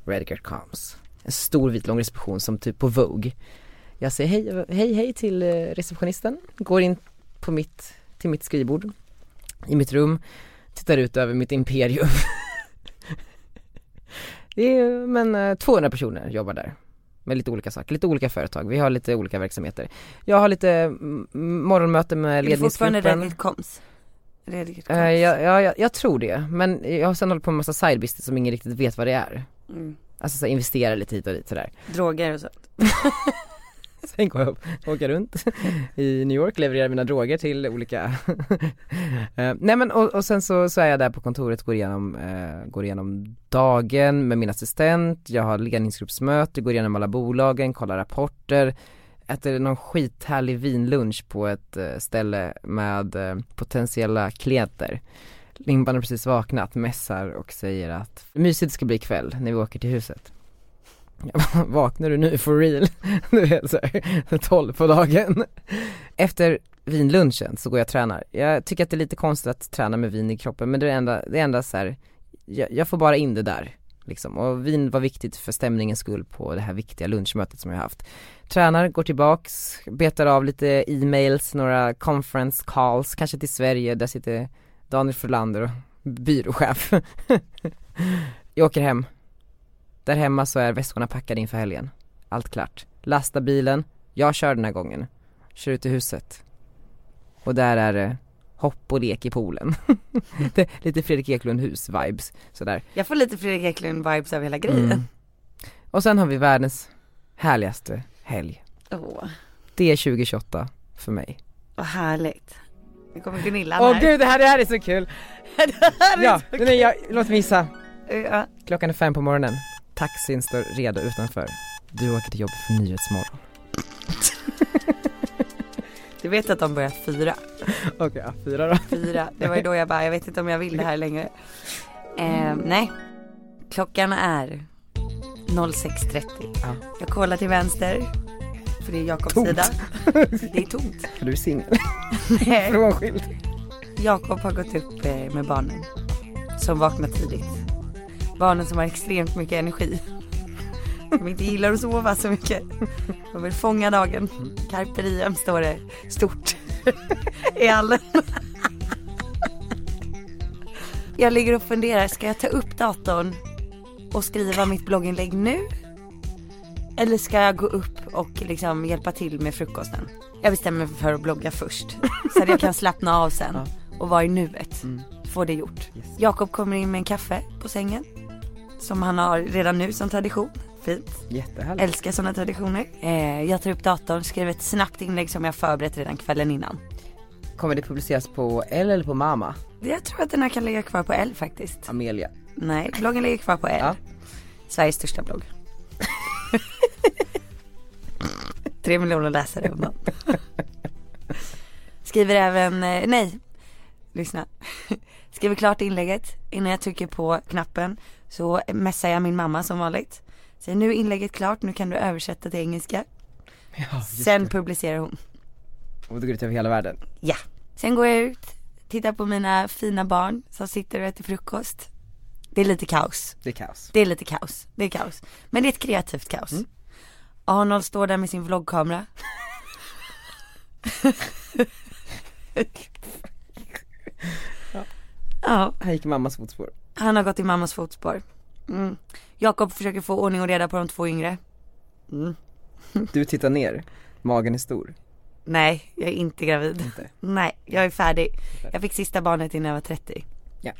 Redgar comes. En stor vit lång reception som typ på Vogue. Jag säger hej, hej, hej till eh, receptionisten, går in på mitt, till mitt skrivbord i mitt rum, tittar ut över mitt imperium. det är, men eh, 200 personer jobbar där. Med lite olika saker, lite olika företag, vi har lite olika verksamheter. Jag har lite mm, morgonmöte med Är det ledningsgruppen. fortfarande Redgert Koms? Redgert Koms. Eh, ja, ja, jag, jag tror det, men jag har sen hållit på med massa side business som ingen riktigt vet vad det är. mm. Alltså så här, investera lite hit och dit sådär. Droger och sånt. Sen går jag upp, åker runt i New York, levererar mina droger till olika Eh, Nej men och, och sen så, så är jag där på kontoret, går igenom, eh, går igenom dagen med min assistent, jag har ledningsgruppsmöte, går igenom alla bolagen, kollar rapporter Äter någon skithärlig vinlunch på ett eh, ställe med eh, potentiella klienter Limpan har precis vaknat, mässar och säger att mysigt det ska bli ikväll när vi åker till huset Jag bara, Vaknar du nu for real? Du vet såhär, 12 på dagen Efter vinlunchen så går jag och tränar. Jag tycker att det är lite konstigt att träna med vin i kroppen men det är enda, det är enda så här, jag, jag får bara in det där liksom. Och vin var viktigt för stämningens skull på det här viktiga lunchmötet som jag har haft. Tränar, går tillbaks, betar av lite e-mails, några conference calls, kanske till Sverige, där sitter Daniel Frölander och byråchef. jag åker hem. Där hemma så är väskorna packade inför helgen. Allt klart. Lasta bilen, jag kör den här gången. Kör ut till huset. Och där är det hopp och lek i poolen. Det- lite Fredrik Eklund hus-vibes sådär. Jag får lite Fredrik Eklund vibes av hela grejen. Mm. Och sen har vi världens härligaste helg. Åh, Det är 2028 för mig. vad härligt. Nu kommer Gunilla Åh här. gud det här, det här är så kul! det här är Ja, så nej, jag, låt mig gissa. kul. Ja. Klockan är fem på morgonen. Taxin står redo utanför. Du åker till jobbet för Nyhetsmorgon. Du vet att de börjar fyra. Okej, ja, fyra då. Fyra. Det var ju då jag bara, jag vet inte om jag vill det här längre. Eh, nej. Klockan är 06.30. Ja. Jag kollar till vänster. För det är Jakobs Tomt. sida. Det är tomt. För du är singel. Frånskild. Jakob har gått upp eh, med barnen. Som vaknar tidigt. Barnen som har extremt mycket energi. Som inte gillar att sova så mycket. De vill fånga dagen. Carpe diem står det stort. I hallen. Jag ligger och funderar, ska jag ta upp datorn och skriva mitt blogginlägg nu? Eller ska jag gå upp och liksom hjälpa till med frukosten? Jag bestämmer mig för att blogga först. Så att jag kan slappna av sen Ja. och vara i nuet. Mm. Få det gjort. Yes. Jakob kommer in med en kaffe på sängen. Som han har redan nu som tradition. Fint. Jättehärligt. Älskar sådana traditioner. Eh, jag tar upp datorn, skriver ett snabbt inlägg som jag förberett redan kvällen innan. Kommer det publiceras på L eller på Mama? Jag tror att den här kan ligga kvar på L faktiskt. Amelia. Nej, bloggen ligger kvar på L. Ja. Sveriges största blogg. Tre miljoner läsare om dagen. Skriver även, eh, nej, lyssna. Skriver klart inlägget. Innan jag trycker på knappen så messar jag min mamma som vanligt. Säger nu är inlägget klart, nu kan du översätta till engelska. Sen publicerar hon. Och då går det över hela världen. Ja. Sen går jag ut, tittar på mina fina barn som sitter och äter frukost. Det är lite kaos. Det är kaos. Det är lite kaos. Det är kaos. Men det är ett kreativt kaos. Arnold står där med sin vloggkamera. ja. Här gick mammas fotspår. Han har gått i mammas fotspår. Mm. Jakob försöker få ordning och reda på de två yngre. Du tittar ner, magen är stor. Nej, jag är inte gravid. Inte. Nej, jag är färdig. Jag fick sista barnet innan jag var 30. Ja.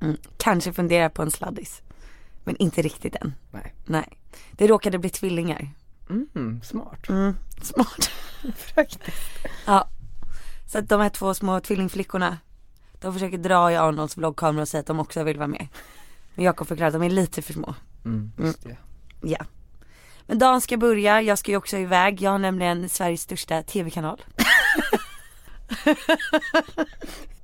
Mm. Kanske funderar på en sladdis. Men inte riktigt än. Nej. Nej. Det råkade bli tvillingar. Mm, smart. Mm. Smart. Faktiskt. Ja. Så att de här två små tvillingflickorna. De försöker dra i Arnolds vloggkamera och säga att de också vill vara med. Men Jakob förklarar att de är lite för små. Mm, just det. Ja. Men dagen ska börja, jag ska ju också iväg. Jag har nämligen Sveriges största tv-kanal.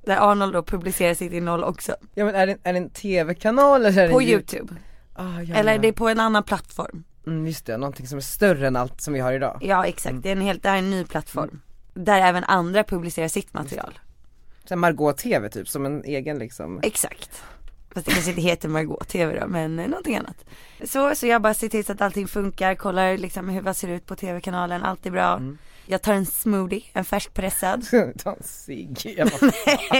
Där Arnold då publicerar sitt innehåll också. Ja men är det, är det en tv-kanal eller är det På en YouTube. Ah, ja, Eller ja. det är på en annan plattform. Mm, just det, någonting som är större än allt som vi har idag. Ja Mm. exakt, det är en helt, det här är en ny plattform. Där även andra publicerar sitt material. Så här Margot TV typ, som en egen liksom. Exakt. Fast det kanske inte heter Margot TV då, men eh, någonting annat. Så, så jag bara ser till så att allting funkar, kollar liksom hur vad ser ut på TV-kanalen, allt är bra. Jag tar en smoothie, en färskpressad. Ta en cigg. Jag bara, nej,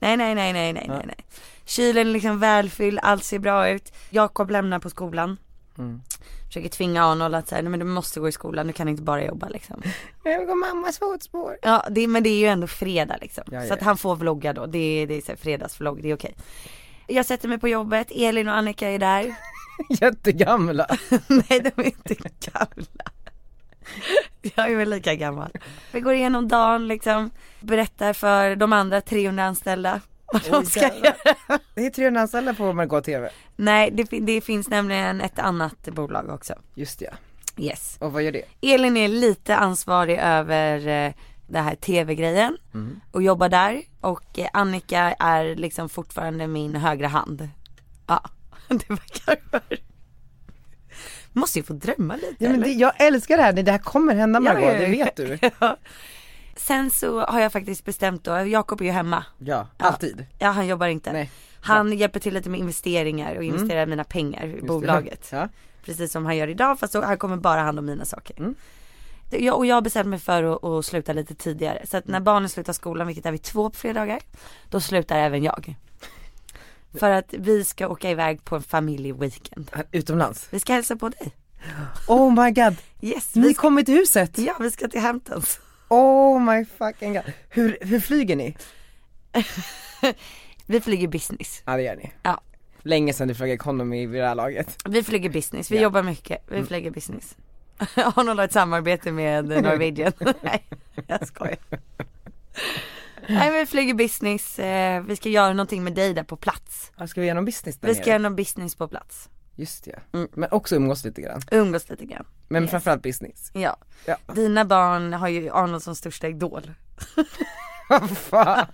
nej, nej, nej, nej, nej, nej. Kylen är liksom välfylld, allt ser bra ut. Jakob lämnar på skolan. Försöker tvinga Arnold att säga, nej men du måste gå i skolan, du kan inte bara jobba liksom. Jag vill gå mammas fotspår. Ja det, men det är ju ändå fredag liksom. Ja, ja, Så att ja. han får vlogga då, det, är- det är så här fredagsvlogg, det är okej. Jag sätter mig på jobbet, Elin och Annika är där. Jättegamla. Nej de är inte gamla. Jag är väl lika gammal. Vi går igenom dagen liksom, berättar för de andra 300 anställda vad de ska göra. Det är 300 anställda på Margot TV. Nej det, fin- det finns nämligen ett annat bolag också. Just det, ja. Yes. Och vad gör det? Elin är lite ansvarig över eh, den här tv-grejen Mm. och jobbar där och eh, Annika är liksom fortfarande min högra hand. Ja, det verkar för. Måste ju få drömma lite Ja, men eller? det jag älskar det här, det här kommer hända Ja, Margot, ja, ja. det vet du. Sen så har jag faktiskt bestämt då, Jakob är ju hemma. Ja, Ja. alltid. Ja han jobbar inte. Nej. Mm. Han hjälper till lite med investeringar och investerar mina pengar i bolaget. Ja. Precis som han gör idag fast då, han kommer bara hand om mina saker. Det- Jag, och jag har bestämt mig för att, att sluta lite tidigare. Så att när barnen slutar skolan, vilket är vid två på fredagar, då slutar även jag. För att vi ska åka iväg på en familjeweekend. Utomlands. Vi ska hälsa på dig. Oh my god, Yes, vi ni ska, kommer till huset. ja vi ska till Hamptons. Oh my fucking god. Hur, hur flyger ni? Vi flyger business. Ja det gör ni. Ja, Länge sedan du flög economy vid det här laget. vi flyger business. Vi jobbar mycket. Mm. Vi flyger business. Arnold har ett samarbete med Norwegian. Nej, jag skojar. Nej men vi flyger business, Eh, vi ska göra någonting med dig där på plats. Ja, ska vi göra någon business där Vi ska nere? Mm. göra någon business på plats. Just det. Men också umgås lite grann. Umgås lite grann. Men Yes. framförallt business. Ja. Ja. Dina barn har ju Arnold som största idol. Fan.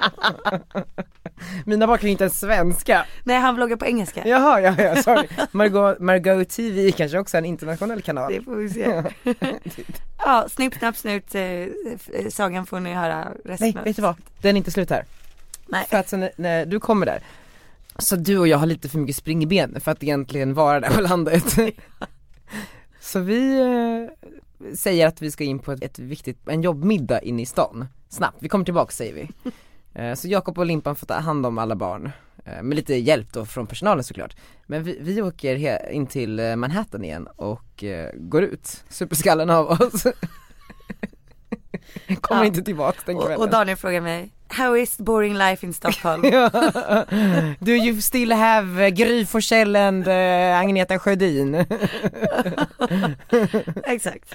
Mina barn kan ju inte ens svenska. Nej han vloggar på engelska. Jaha, ja, ja, sorry. Margot, Margot TV kanske också är en internationell kanal. Det får vi se. ja, snipp, snapp, snut, eh, f- eh, sagan får ni höra resten Nej, vet du vad? Den är inte slut här. Nej. För att sen när- när du kommer där, så du och jag har lite för mycket spring i benen för att egentligen vara där på landet. så vi eh, säger att vi ska in på ett, ett viktigt, en jobbmiddag inne i stan. Snabbt, vi kommer tillbaka säger vi. Eh, Så Jakob och Limpan får ta hand om alla barn, eh, med lite hjälp då från personalen såklart. Men vi, vi åker he- in till eh, Manhattan igen och eh, går ut, superskallen av oss. Kommer Ja. inte tillbaka den Och, kvällen. och Daniel frågar mig, how is boring life in Stockholm? Do you still have eh, Gry Forssell and eh, Agneta Sjödin? Exakt.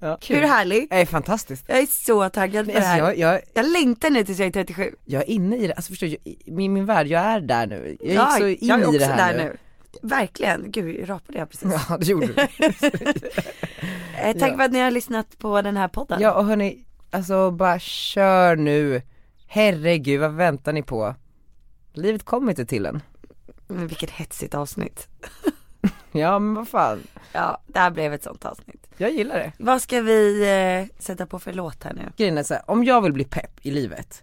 Ja. Hur härligt? Det är fantastiskt. Jag är så taggad för det Alltså, här. jag, jag, Jag längtar nu tills jag är 37. jag är inne i det, alltså förstår du, jag- i min, min värld, jag är där nu. Jag gick Ja, så in jag är i också det här där nu. Verkligen, gud rapade jag precis. Ja det gjorde du. Eh, tack Ja. för att ni har lyssnat på den här podden. Ja och hörni, alltså bara kör nu. Herregud vad väntar ni på? Livet kommer inte till en. Men vilket hetsigt avsnitt. Ja men vad fan, Ja, det här blev ett sånt avsnitt. jag gillar det. Vad ska vi eh, sätta på för låt här nu? Grejen är så här, om jag vill bli pepp i livet,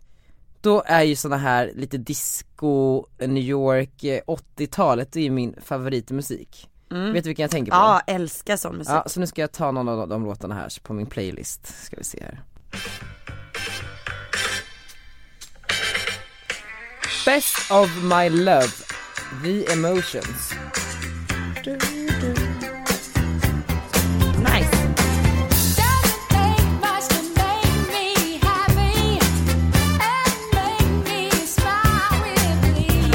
då är ju såna här lite disco, New York, eh, 80-talet, det är ju min favoritmusik. Vet du vilken jag tänker på? Mm. Ja, älskar sån musik. Ja, så nu ska jag ta någon av de låtarna här på min playlist, ska vi se här. Best of my love, the emotions. Nice. Doesn't take much to make me happy and make me smile with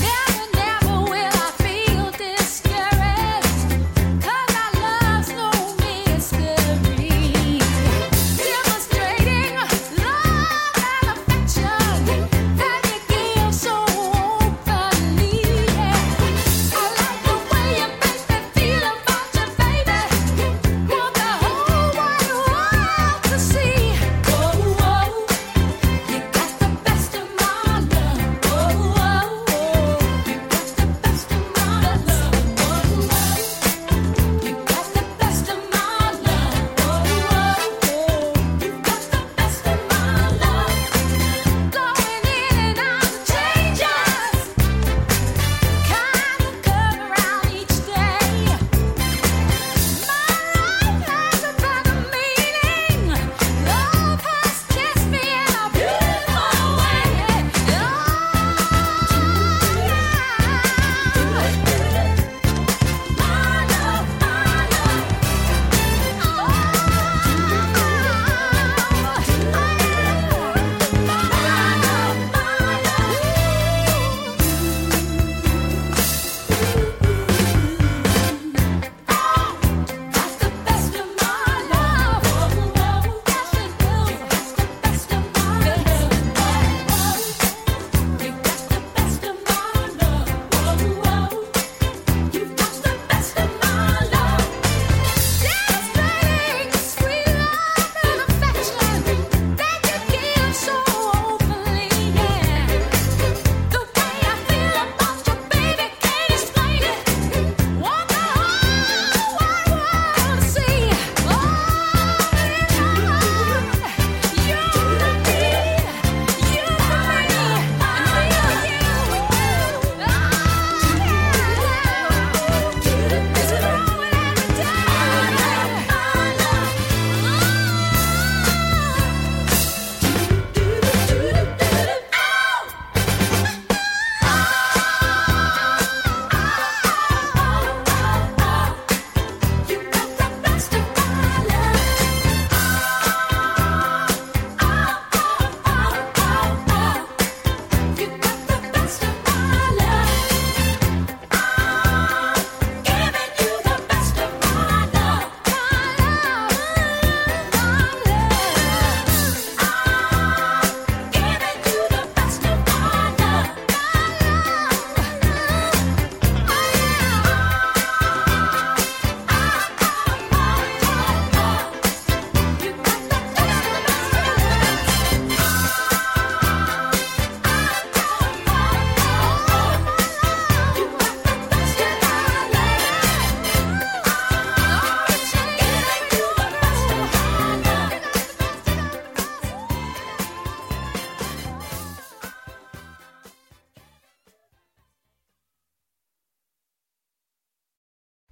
Never, never will I feel discouraged 'cause our love's no mystery. Demonstrating love and affection that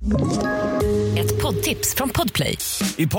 Oh, oh, Ett poddtips från Podplay. I